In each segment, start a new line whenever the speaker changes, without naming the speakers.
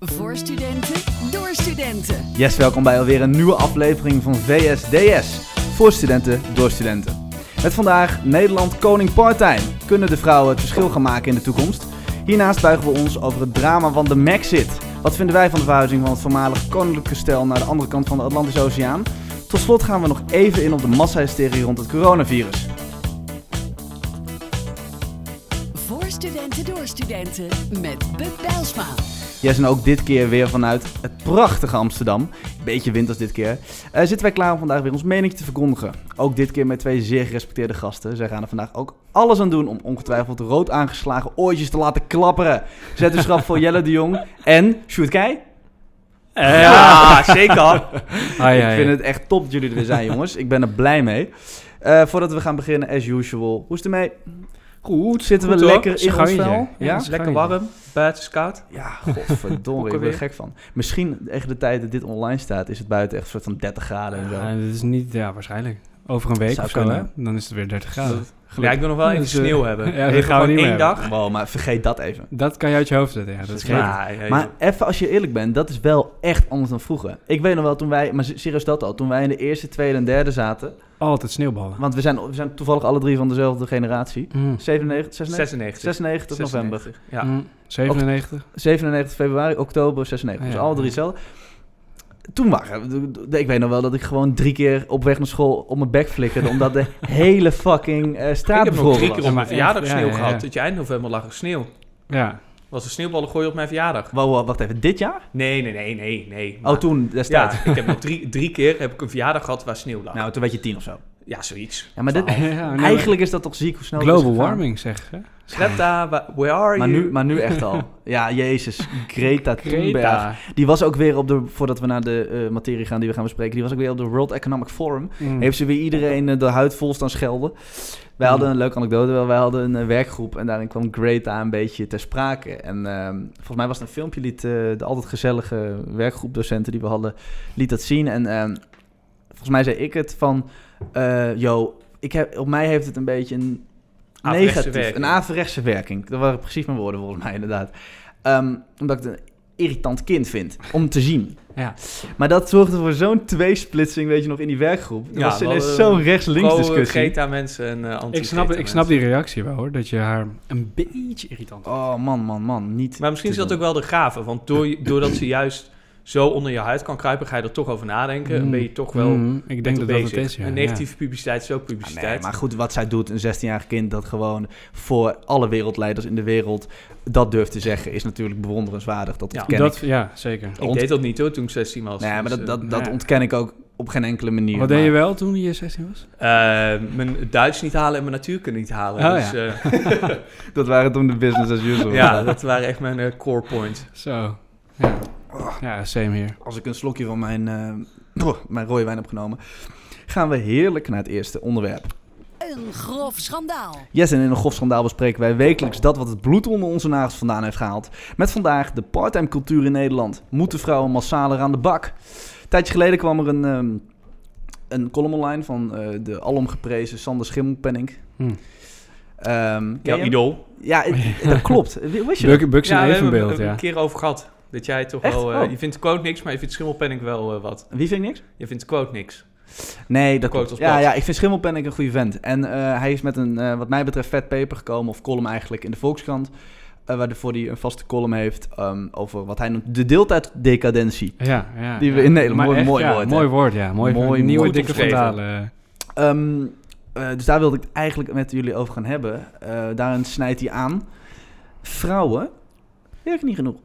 Voor studenten, door studenten.
Yes, welkom bij alweer een nieuwe aflevering van VSDS. Voor studenten, door studenten. Met vandaag Nederland Koning Parttime. Kunnen de vrouwen het verschil gaan maken in de toekomst? Hiernaast buigen we ons over het drama van de Maxit. Wat vinden wij van de verhuizing van het voormalig koninklijk stel naar de andere kant van de Atlantische Oceaan? Tot slot gaan we nog even in op de massahysterie rond het coronavirus.
Voor studenten, door studenten. Met Bub Bijlsma.
Yes, en ook dit keer weer vanuit het prachtige Amsterdam. Beetje winters dit keer. Eh, zitten wij klaar om vandaag weer ons mening te verkondigen. Ook dit keer met twee zeer gerespecteerde gasten. Zij gaan er vandaag ook alles aan doen om ongetwijfeld rood aangeslagen oortjes te laten klapperen. Zetterschap voor Jelle de Jong en Sjoerd Keij. Ja, zeker.
Ah,
Ik vind het echt top dat jullie er weer zijn, jongens. Ik ben er blij mee. Eh, voordat we gaan beginnen, as usual, hoe is het ermee?
Goed,
Zitten we
goed, hoor.
lekker in ons
Schangetje.
vel?
Ja, het is lekker warm. Buiten is koud.
Ja, godverdomme,
Ook
ik ben er
alweer.
gek van. Misschien tegen de tijd dat dit online staat, is het buiten echt een soort van 30 graden en zo.
Ja, dit is niet, ja, waarschijnlijk. Over een week
Zou
of zo,
kunnen.
hè? dan is het weer 30 graden.
Ja, ik wil nog wel even
Dus, eh,
sneeuw hebben.
ja, dat gaan we
even gewoon
niet meer
één
hebben.
dag.
Wow, maar vergeet dat even.
Dat kan je uit je hoofd zetten, ja. Dat is
Vergeet
waar.
Ja, ja, ja.
Maar even als je eerlijk bent, dat is wel echt anders dan vroeger. Ik weet nog wel toen wij, maar serieus dat al, toen wij in de eerste, tweede en derde zaten.
Altijd sneeuwballen.
Want we zijn, we zijn toevallig alle drie van dezelfde generatie.
Mm.
97, 96,
96.
96 november.
96, Ja.
Mm. 97.
97 februari, oktober 96.
Ja.
Dus alle drie hetzelfde. Toen waren we- ik weet nog wel dat ik gewoon drie keer op weg naar school op mijn bek flikkerde. omdat de hele fucking eh
Ik
straat
heb nog drie
bevroren
keer
was.
Ja,
op
maar
mijn
echt,
verjaardag
ja,
sneeuw
ja, ja.
gehad. Dat je eind november lag er sneeuw.
Ja.
Was een sneeuwballen gooien op mijn verjaardag.
Wow, wow, wacht even, dit jaar?
Nee, nee, nee, nee, nee.
Oh,
Maar-
toen destijds.
Ja, ik heb nog drie, drie keer heb ik een verjaardag gehad waar sneeuw lag.
Nou, toen werd je tien of zo.
ja, zoiets.
Ja, maar dit,
Ja, nee,
eigenlijk is dat toch ziek hoe snel het is
Global
gegaan.
dus
warming, zeg. Hè?
Greta, wa- where are
Maar
you?
nu, maar nu echt al. Ja, jezus. Greta Thunberg.
Greta.
Die was ook weer op de... Voordat we naar de eh, materie gaan die we gaan bespreken... Die was ook weer op de World Economic Forum.
Mm.
Heeft ze weer iedereen eh, de huid vol staan schelden.
Mm.
Wij hadden een leuke anekdote. wel. Wij hadden een eh, werkgroep en daarin kwam Greta een beetje ter sprake. En ehm, volgens mij was het een filmpje liet eh, de altijd gezellige werkgroepdocenten die we hadden, liet dat zien. En ehm, volgens mij zei ik het van, eh yo, ik heb, op mij heeft het een beetje een
Averechtse
negatief,
werking.
een averechtse werking. Dat waren precies mijn woorden volgens mij inderdaad. Ehm, omdat ik het een irritant kind vind om te zien.
Ja.
Maar dat zorgde voor zo'n tweesplitsing, weet je nog, in die werkgroep. Dat
Ja,
was
wel,
ineens
eh,
zo'n rechts-links
Pro, eh,
discussie.
Greta mensen en eh anti
Ik snap, ik snap die reactie wel, hoor. Dat je haar een beetje irritant
Oh man, man, man. Niet
Maar misschien is
te
dat ook
doen.
wel de gave. Want door, doordat ze juist zo onder je huid kan kruipen, ga je er toch over nadenken. En ben je eh, toch wel...
Mm, Ik denk dat dat het is, ja.
Een
Ja.
negatieve publiciteit is ook
Ah,
publiciteit.
Nee, maar goed, wat zij doet, een 16-jarig kind dat gewoon voor alle wereldleiders in de wereld dat durft te zeggen, is natuurlijk bewonderenswaardig. Dat
Ja.
ontken
dat,
ik.
ja, zeker.
Ik deed dat niet hoor, toen ik 16 was.
Nee, maar
Dus,
dat, dat,
eh,
dat
nee.
ontken ik ook op geen enkele manier.
Wat deed je
maar-
wel toen je 16 was?
eh, eh, mijn Duits niet halen en mijn natuurkunde niet halen.
Oh,
dus, eh,
Dat waren toen de business as usual.
ja, dat waren echt mijn eh, core points.
Zo. Ja,
Oh.
ja same hier.
Als ik een slokje van mijn, eh, oh, mijn rode wijn heb genomen, gaan we heerlijk naar het eerste onderwerp.
Een grof schandaal.
Yes, en in een grof schandaal bespreken wij wekelijks dat wat het bloed onder onze nagels vandaan heeft gehaald. Met vandaag de parttime cultuur in Nederland. Moeten vrouwen massaler aan de bak? Een tijdje geleden kwam er een, ehm, een column online van eh, de alomgeprezen Sander Schimmelpenning. Ehm,
Hm.
Jouw idool.
Ja, het- dat klopt. Wist je dat?
Buk, Buks
ja,
en
we hebben
evenbeeld,
het er
ja.
een keer over gehad. Dat jij toch
Echt?
wel... eh,
Oh.
Je vindt quote niks, maar je vindt schimmelpenning wel eh, wat.
Wie vind ik niks?
Je vindt quote niks.
Nee, dat
Quote
klopt.
als
Ja,
blad.
ja, ik vind Schimmelpenning een goede vent. En eh, hij is met een, eh, wat mij betreft, vet paper gekomen, of column eigenlijk, in de Volkskrant. eh, waarvoor hij een vaste column heeft ehm, over wat hij noemt de deeltijddecadentie.
Ja, ja.
Die we
ja.
in Nederland-
Maar
mooi- mooi
ja,
woord, hè?
Mooi woord, ja. Mooi,
Mooi,
nieuwe
mooi
dikke
omschreven.
vandalen.
Ehm, eh, dus daar wilde ik het eigenlijk met jullie over gaan hebben. Eh, daarin snijdt hij aan. Vrouwen werken niet genoeg.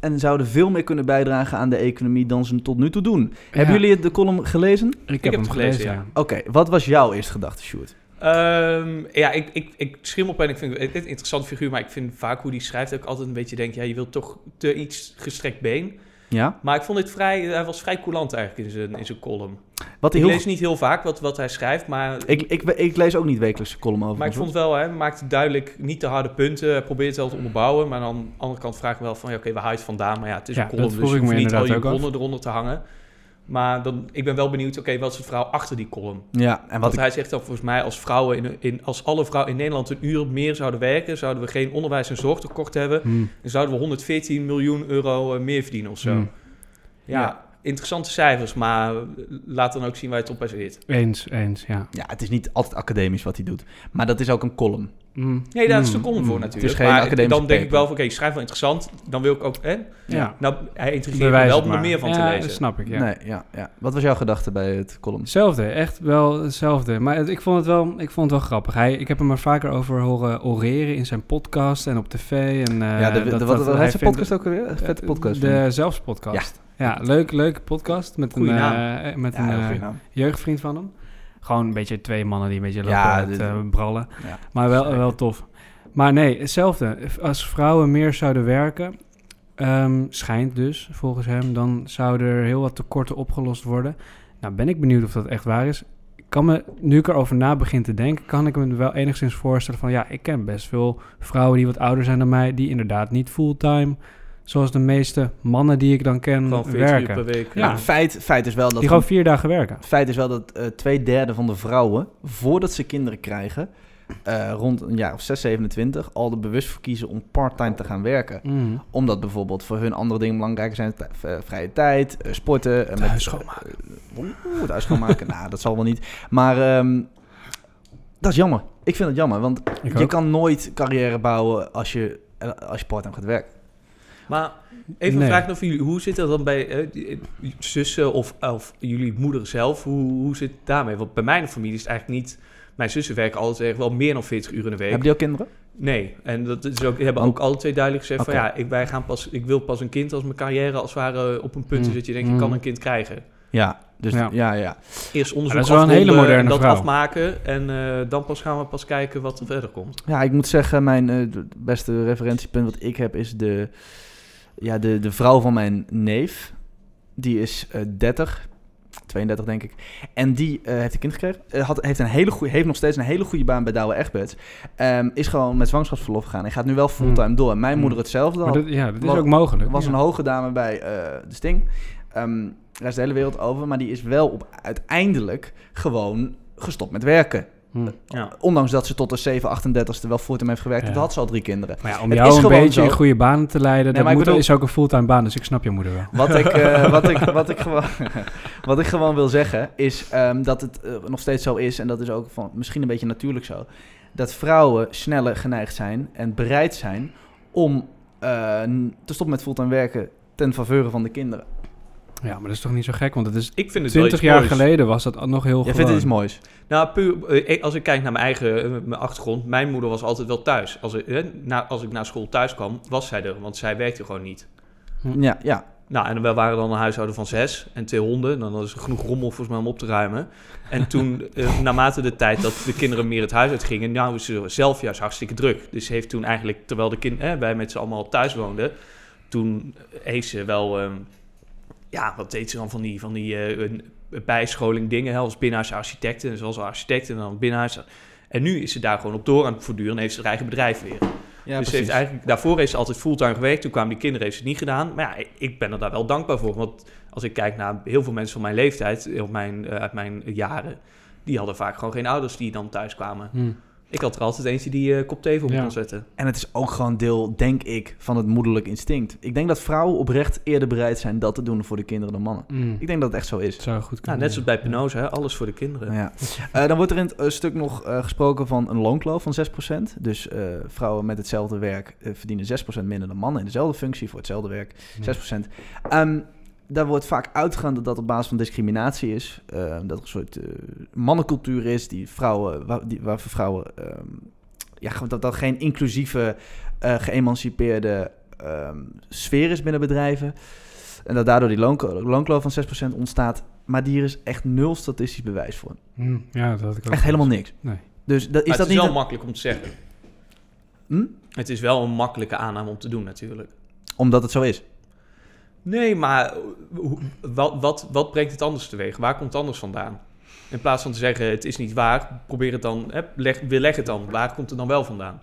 En zouden veel meer kunnen bijdragen aan de economie dan ze tot nu toe doen. Hebben jullie het- de column gelezen?
Ik, heb hem gelezen, ja.
Oké, wat was jouw eerste gedachte, Sjoerd?
Ehm, ja, ik, ik, ik, schimmelpenning vind ik een een interessant figuur. Maar ik vind vaak hoe die schrijft ook altijd een beetje denk... Ja, je wilt toch te iets gestrekt been.
Ja?
Maar ik vond dit vrij... Hij was vrij coulant eigenlijk in zijn, in zijn column.
Wat hij
Ik
heel...
lees niet heel vaak wat, wat hij schrijft, maar,
ik, ik, ik lees ook niet wekelijks de column over.
maar ik vond wel, hè, hij maakt duidelijk niet de harde punten. Hij probeert het wel te onderbouwen, maar aan de andere kant vraag ik me wel van, ja, oké, waar haal je het vandaan? Maar ja, het is
Ja,
een column,
dat
dus
vroeg
je
ik
hoeft
me
niet al je
inderdaad ook af.
bronnen eronder te hangen. Maar dan, ik ben wel benieuwd, oké, wat is het verhaal achter die column?
Ja, en wat
Want
ik...
hij zegt dat volgens mij als vrouwen in, in, als alle vrouwen in Nederland een uur meer zouden werken, zouden we geen onderwijs en zorg tekort hebben.
Hm.
En zouden we 114 miljoen euro eh, meer verdienen of zo.
Hm.
Ja, interessante cijfers, maar eh, laat dan ook zien waar je het op baseert.
Eens, eens, ja.
Ja, het is niet altijd academisch wat hij doet. Maar dat is ook een column.
Hm.
Nee, daar is
Hm.
de column voor
Hm.
natuurlijk.
geen
maar
academische
dan denk ik wel
paper.
van, oké, schrijf wel interessant. Dan wil ik ook, hè?
Ja.
Nou, hij intrigeert me
Bewijs
wel
het
om er
maar.
meer van te
Ja, dus
lezen.
dat snap ik, ja.
Nee, ja, ja. Wat was jouw gedachte bij het column?
Hetzelfde, echt wel hetzelfde. Maar het- ik vond het wel, ik vond het wel grappig. Hij, ik heb hem er vaker over horen oreren in zijn podcast en op tv. En, eh,
ja, de, de, wat, wat
hij
heet zijn
vindt- eh,
podcast ook alweer? Een vette podcast. vind ik.
De Zelfspodcast. Ja, leuk, leuke podcast met een,
Goeie naam.
eh, eh, met
ja,
een
heel
eh,
goeie naam.
jeugdvriend van hem. Gewoon een beetje twee mannen die een beetje lopen
Ja,
te
dit-
eh, brallen.
Ja.
Maar wel,
Zeker.
wel tof. Maar nee, hetzelfde. Als vrouwen meer zouden werken, ehm, schijnt dus volgens hem, dan zouden er heel wat tekorten opgelost worden. Nou ben ik benieuwd of dat echt waar is. Ik kan me, nu ik erover na begin te denken, kan ik me wel enigszins voorstellen van ja, ik ken best veel vrouwen die wat ouder zijn dan mij, die inderdaad niet fulltime, zoals de meeste mannen die ik dan ken,
Gewoon 14 uur
werken.
per week. eh,
Ja.
Nou, feit, feit is wel dat...
Die gewoon vier dagen werken.
Feit is wel dat eh, twee derde van de vrouwen, voordat ze kinderen krijgen, eh, rond een jaar of 6, 27, al er bewust voor kiezen om part-time te gaan werken.
Mm.
Omdat bijvoorbeeld voor hun andere dingen belangrijker zijn, t- eh, vrije tijd, eh, sporten. en
huis schoonmaken.
Oeh, het huis schoonmaken, nou, dat zal wel niet. Maar ehm, dat is jammer. Ik vind het jammer, want
Ik
je
ook.
kan nooit carrière bouwen als je, eh, als je part-time gaat werken.
Maar even
Nee.
een vraag over jullie. Hoe zit dat dan bij eh, die- eh, zussen of, of jullie moeder zelf? Hoe, hoe zit het daarmee? Want bij mijn familie is het eigenlijk niet... Mijn zussen werken altijd echt wel meer dan 40 uur in de week.
Hebben die ook kinderen?
Nee, en dat is ook, hebben
Want-
ook alle twee duidelijk gezegd
Oké.
van ja, ik, wij gaan pas, ik wil pas een kind als mijn carrière als het ware op een punt
Mm.
is dat je denkt, ik
Mm.
kan een kind krijgen.
Ja, dus
Ja.
ja, ja. ja.
Eerst onderzoek
dat is wel een hele
afronden
moderne
en dat
vrouw.
afmaken en eh, dan pas gaan we pas kijken wat er verder komt.
ik moet zeggen, mijn eh, d- beste referentiepunt wat ik heb is de, ja, de, de vrouw van mijn neef. Die is eh 30, 32 denk ik. En die eh, heeft een kind gekregen. Eh, had, heeft, een hele goeie, heeft nog steeds een hele goede baan bij Douwe Egberts. Ehm, is gewoon met zwangerschapsverlof gegaan. En gaat nu wel fulltime door. En mijn
Hmm.
moeder hetzelfde
Maar
had.
dat, ja, dat is
was-
ook mogelijk.
was
ja.
een hoge dame bij eh, de Sting. Ehm daar is de hele wereld over. Maar die is wel op, uiteindelijk gewoon gestopt met werken.
Hm.
Ja.
Ondanks dat ze tot de 7, 38ste wel fulltime heeft gewerkt.
Ja.
Dat had ze al drie kinderen.
Maar ja, om
Het
jou
is
een
gewoon
beetje
zo.
in goede banen te leiden, dat
maar ik
moet,
bedoel-
is ook een fulltime baan, dus ik snap je moeder wel.
Wat ik, eh, wat, ik, wat, ik gewoon, wat ik gewoon wil zeggen is ehm, dat het eh, nog steeds zo is. En dat is ook van, misschien een beetje natuurlijk zo. Dat vrouwen sneller geneigd zijn en bereid zijn om eh, n- te stoppen met fulltime werken ten faveur van de kinderen.
Ja, maar dat is toch niet zo gek, want het is
Ik vind het wel
20
iets
jaar
moois.
geleden was dat nog heel
Jij
gewoon.
vindt het iets moois?
Nou, puur, eh, als ik kijk naar mijn eigen eh, mijn achtergrond, mijn moeder was altijd wel thuis. Als ik, eh, na, als ik naar school thuis kwam, was zij er, want zij werkte gewoon niet.
Ja, ja.
Nou, en we waren dan een huishouden van zes en twee honden. Nou, Dan was er genoeg rommel volgens mij om op te ruimen. En toen, eh, naarmate de tijd dat de kinderen meer het huis uitgingen... nou is ze zelf juist hartstikke druk. Dus ze heeft toen eigenlijk, terwijl de kind, eh, wij met z'n allemaal thuis woonden... toen heeft ze wel... ehm, ja, wat deed ze dan van die, van die eh, een- een bijscholing dingen... Hè, als binnenhuisarchitecten en zoals architect en dan binnenhuis... En nu is ze daar gewoon op door aan het voortduren en heeft ze haar eigen bedrijf weer
ja
dus ze heeft eigenlijk, daarvoor heeft ze altijd fulltime gewerkt. Toen kwamen die kinderen, heeft ze het niet gedaan. Maar ja, ik ben er daar wel dankbaar voor. Want als ik kijk naar heel veel mensen van mijn leeftijd, of mijn, eh, uit mijn jaren... die hadden vaak gewoon geen ouders die dan thuis kwamen.
Hm.
Ik had er altijd eentje die eh, kop thee voor me
Ja.
kon zetten.
En het is ook gewoon deel, denk ik, van het moederlijk instinct. Ik denk dat vrouwen oprecht eerder bereid zijn dat te doen voor de kinderen dan mannen.
Hm.
Ik denk dat het echt zo
Het
is.
zou goed
Nou,
kunnen.
net zoals bij Penoze, hè, alles voor de kinderen.
Nou ja. Eh, dan wordt er in het eh, stuk nog eh, gesproken van een loonkloof van 6%. Dus eh, vrouwen met hetzelfde werk eh, verdienen 6% minder dan mannen in dezelfde functie voor hetzelfde werk. 6%. Ehm, daar wordt vaak uitgegaan dat dat op basis van discriminatie is. Ehm, dat er een soort eh, mannencultuur is die vrouwen, waar, die, waarvoor vrouwen. ehm, ja, dat dat geen inclusieve, eh, geëmancipeerde ehm, sfeer is binnen bedrijven. En dat daardoor die loonko- loonkloof van 6% ontstaat. Maar hier is echt nul statistisch bewijs voor.
Hm. Ja, dat had ik ook.
Echt helemaal niks.
Nee.
Dus dat, is dat
Maar het is
niet.
wel
een-
makkelijk om te zeggen.
Hm?
Het is wel een makkelijke aanname om te doen natuurlijk.
Omdat het zo is.
Nee, maar eh, hoe- wat, wat, wat brengt het anders teweeg? Waar komt het anders vandaan? In plaats van te zeggen, het is niet waar, probeer het dan, hè, leg, weerleg het dan. Waar komt het dan wel vandaan?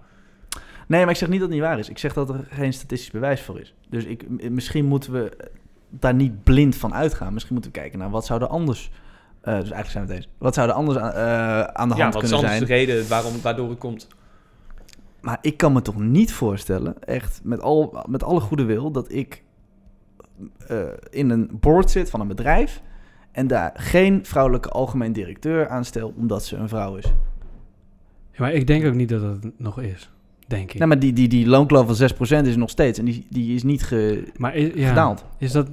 Nee, maar ik zeg niet dat het niet waar is. Ik zeg dat er geen statistisch bewijs voor is. Dus ik, m- misschien moeten we daar niet blind van uitgaan. Misschien moeten we kijken naar wat zou er anders... eh, dus eigenlijk zijn we het eens. Wat zou er anders aan, eh, aan de
Ja,
hand
wat is
kunnen
anders
zijn?
de reden waarom, waardoor het komt?
Maar ik kan me toch niet voorstellen, echt met, al, met alle goede wil, dat ik eh, in een board zit van een bedrijf en daar geen vrouwelijke algemeen directeur aanstel omdat ze een vrouw is.
Ja, maar ik denk ook niet dat dat het nog is, denk ik.
Nou, maar die, die, die loonkloof van 6% is er nog steeds en die, die is niet ge-
maar is, ja,
gedaald.
is dat...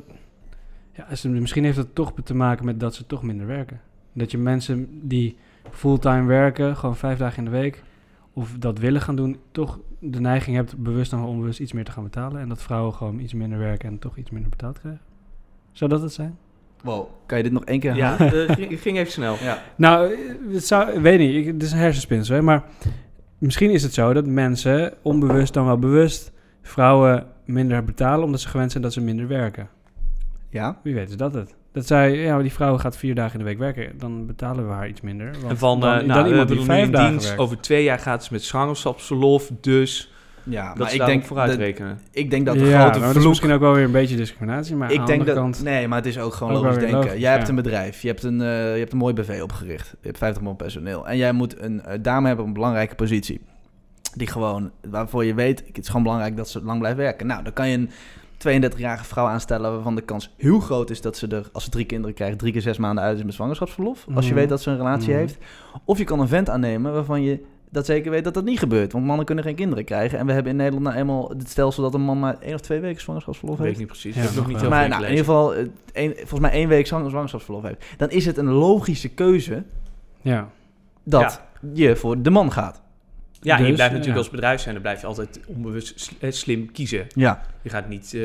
Ja, is, misschien heeft dat toch te maken met dat ze toch minder werken. Dat je mensen die fulltime werken, gewoon vijf dagen in de week, of dat willen gaan doen, toch de neiging hebt bewust en onbewust dus iets meer te gaan betalen. En dat vrouwen gewoon iets minder werken en toch iets minder betaald krijgen. Zou dat het zijn?
Wow. Kan je dit nog één keer halen?
Ja, eh, ging, ging even snel.
Ja.
Nou, eh, het zou, ik weet niet, ik- het is een hersenspinsel, hè, maar misschien is het zo dat mensen onbewust dan wel bewust vrouwen minder betalen omdat ze gewend zijn dat ze minder werken.
Ja?
Wie weet is dat het? Dat zij, ja, maar die vrouw gaat vier dagen in de week werken, dan betalen we haar iets minder. Want
En van,
dan,
eh
dan
nou,
iemand
we
die
doen nu
vijf
in
dagen
dienst.
werkt.
Over twee jaar gaat ze met zwangerschapsverlof, dus
Ja,
dat
maar
is
ik denk,
vooruit
dat,
rekenen.
ik denk dat de
ja, maar
grote
dat is
vloek
misschien ook wel weer een beetje discriminatie, maar aan
Ik
de
denk dat.
andere kant...
Nee, maar het is ook gewoon
Ook wel
logisch
weer
denken.
logisch,
jij
ja.
hebt een bedrijf, je hebt een, eh, je hebt een mooi BV opgericht, je hebt 50 man personeel. En jij moet een eh, dame hebben op een belangrijke positie. Die gewoon, waarvoor je weet, het is gewoon belangrijk dat ze lang blijft werken. Nou, dan kan je een 32-jarige vrouw aanstellen waarvan de kans heel groot is dat ze er, als ze drie kinderen krijgt, drie keer zes maanden uit is met zwangerschapsverlof. Als je
Mhm.
weet dat ze een relatie
Mhm.
heeft. Of je kan een vent aannemen waarvan je dat zeker weet dat dat niet gebeurt. Want mannen kunnen geen kinderen krijgen. En we hebben in Nederland nou eenmaal het stelsel dat een man maar één of twee weken zwangerschapsverlof
Dat weet
heeft.
ik niet precies.
Ja,
ik heb nog
nog
niet
wel.
heel
Maar
veel
nou, in
gelezen.
ieder geval, eh, één- volgens mij één week zwang- zwangerschapsverlof heeft. Dan is het een logische keuze
Ja,
dat je voor de man gaat.
Ja, en je
Dus,
blijft natuurlijk
ja.
als bedrijf zijn, dan blijf je altijd onbewust s- eh, slim kiezen.
Ja.
Je gaat niet eh,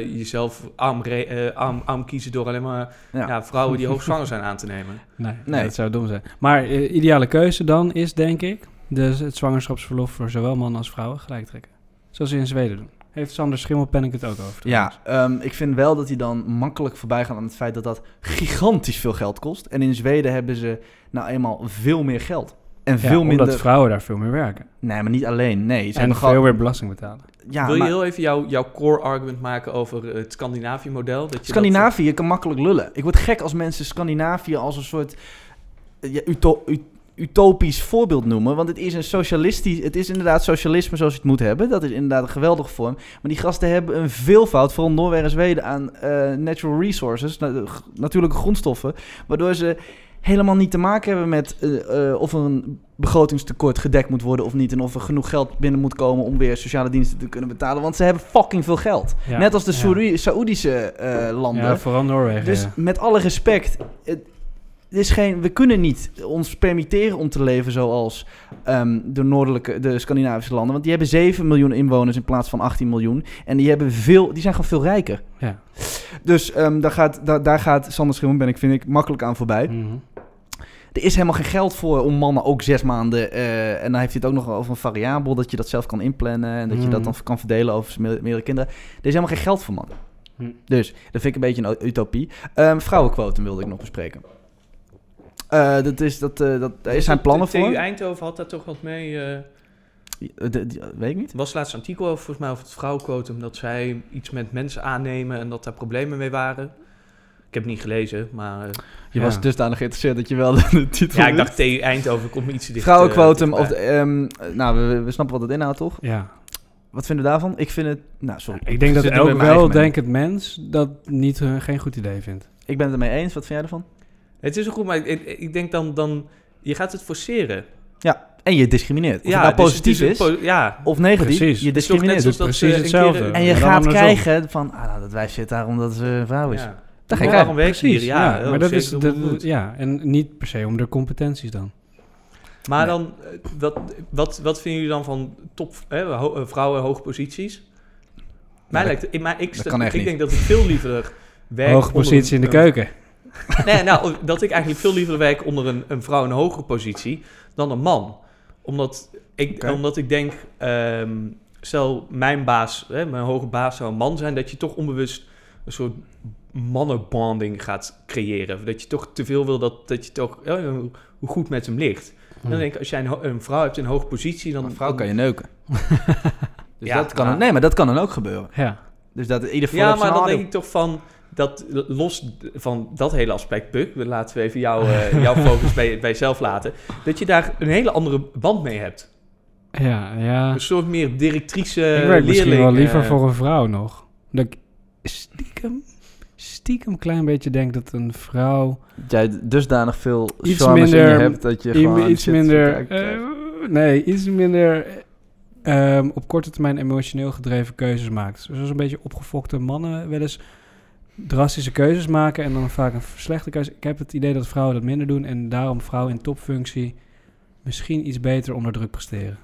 jezelf arm, re- eh, arm, arm kiezen door alleen maar
Ja.
ja. vrouwen die hoogzwanger zijn aan te nemen.
nee,
Nee.
dat zou dom zijn. Maar eh, ideale keuze dan is, denk ik, dus het zwangerschapsverlof voor zowel mannen als vrouwen gelijk trekken. Zoals ze in Zweden doen. Heeft Sander Schimmelpenninck het ook over?
Ja, ehm, ik vind wel dat hij dan makkelijk voorbij gaat aan het feit dat dat gigantisch veel geld kost. En in Zweden hebben ze nou eenmaal veel meer geld. En
Ja,
veel minder...
Omdat vrouwen daar veel meer werken.
Nee, maar niet alleen. Nee, ze
en
hebben
veel
gewoon...
meer belasting betalen.
Ja,
Wil je
maar
heel even jouw- jouw core argument maken over het Scandinavië-model? Dat je dat-
Scandinavië kan makkelijk lullen. Ik word gek als mensen Scandinavië als een soort eh, ja, uto- ut- utopisch voorbeeld noemen. Want het is een socialistisch. Het is inderdaad socialisme zoals je het moet hebben. Dat is inderdaad een geweldige vorm. Maar die gasten hebben een veelvoud, vooral Noorwegen en Zweden, aan eh, natural resources, na- eh, g- natuurlijke grondstoffen. Waardoor ze helemaal niet te maken hebben met eh, eh, of een begrotingstekort gedekt moet worden of niet. En of er genoeg geld binnen moet komen om weer sociale diensten te kunnen betalen. Want ze hebben fucking veel geld.
Ja,
Net als de
ja.
Saoedi- Saoedische eh, landen.
Ja, vooral Noorwegen.
Dus
ja.
met alle respect, het het is geen, we kunnen niet ons permitteren om te leven zoals ehm, de noordelijke, de Scandinavische landen. Want die hebben 7 miljoen inwoners in plaats van 18 miljoen. En die, hebben veel, die zijn gewoon veel rijker.
Ja.
Dus ehm, daar, gaat, daar, daar gaat Sander Schimmelpenninck, vind ik, makkelijk aan voorbij.
Mhm.
Er is helemaal geen geld voor om mannen ook zes maanden. eh, en dan heeft hij het ook nog over een variabel dat je dat zelf kan inplannen. En dat je dat
Mm.
dan kan verdelen over me- meerdere kinderen. Er is helemaal geen geld voor mannen.
Mm.
Dus dat vind ik een beetje een utopie. Ehm vrouwenquotum wilde ik nog bespreken. Eh, dat is, dat, eh, dat, daar
Was
zijn
het-
plannen
de TU
voor.
Eindhoven had daar toch wat mee. eh,
Eh, de- die- weet ik niet.
Er was laatst een artikel over, volgens mij, over het vrouwenquotum. Dat zij iets met mensen aannemen en dat daar problemen mee waren. Ik heb het niet gelezen, maar... eh,
Je
Ja.
was dusdanig geïnteresseerd dat je wel de titel
ja, ik
wist.
dacht TU Eindhoven komt me iets te dicht. eh,
Vrouwenquotum. of,
dichtbij.
de- ehm, nou, we, we snappen wat het inhoudt, toch?
ja.
Wat vinden we daarvan? Ik vind het... Nou, sorry.
Ik denk dat
zit nu met
elk
mijn eigen
weldenkend mens dat niet, eh, geen goed idee vindt.
Ik ben het ermee eens. Wat vind jij ervan?
Het is ook goed, maar ik, ik- ik denk dan, dan... Je gaat het forceren.
En je discrimineert. Of het nou
dus
positief
het
is...
een po- ja,
Of negatief.
Precies.
Je
Het
is toch net
discrimineert.
zoals dat
Precies
ze een
hetzelfde.
keer een-
En je
Dan
gaat
andersom.
krijgen van, ah, nou, dat wijf zit daar omdat ze een vrouw is.
ja.
Dat ga
Maar
je
waarom
krijgen.
werkt ze hier? Ja,
maar dat is, dat-
goed.
ja, en niet per se om de competenties dan.
Maar
Nee.
dan, eh, wat, wat, wat vinden jullie dan van top hè, ho- eh, vrouwen hoge posities? Mij
dat-
lijkt, het- maar ik,
dat
sta-
kan echt
ik
niet.
denk dat ik veel liever werk...
Hoge
onder
positie in
een-
de keuken.
Nee, nou, dat ik eigenlijk veel liever werk onder een, een vrouw in een hogere positie dan een man. Omdat ik,
Oké.
omdat ik denk, ehm, stel mijn baas, hè, mijn hoge baas zou een man zijn, dat je toch onbewust een soort mannenbonding gaat creëren. Of Dat je toch te veel wil dat, dat je toch, eh, hoe goed met hem ligt. En dan denk ik, als jij een, ho- een vrouw hebt in een hoge positie, dan...
Hmm. Een vrouw kan je neuken. dus
Ja,
dat kan,
maar-
nee, maar dat kan dan ook gebeuren.
Ja.
Dus dat in ieder geval...
Ja,
heb ze
maar
een
dan
nadeel.
denk ik toch van... dat los van dat hele aspect, Buck, we laten we even jou, eh, jouw focus bij, bij jezelf laten, dat je daar een hele andere band mee hebt.
Ja, ja.
Een soort meer directrice
ik
leerling.
werk misschien wel liever
eh,
voor een vrouw nog. Dat ik stiekem, stiekem klein beetje denk dat een vrouw
Jij dusdanig veel
Iets
charmes in je
minder-
hebt dat je
i-
gewoon
iets
shit
minder...
vertrekt krijgt.
eh, nee, iets minder eh, ehm, op korte termijn emotioneel gedreven keuzes maakt. Zoals een beetje opgefokte mannen wel eens drastische keuzes maken en dan vaak een slechte keuze. Ik heb het idee dat vrouwen dat minder doen en daarom vrouwen in topfunctie misschien iets beter onder druk presteren.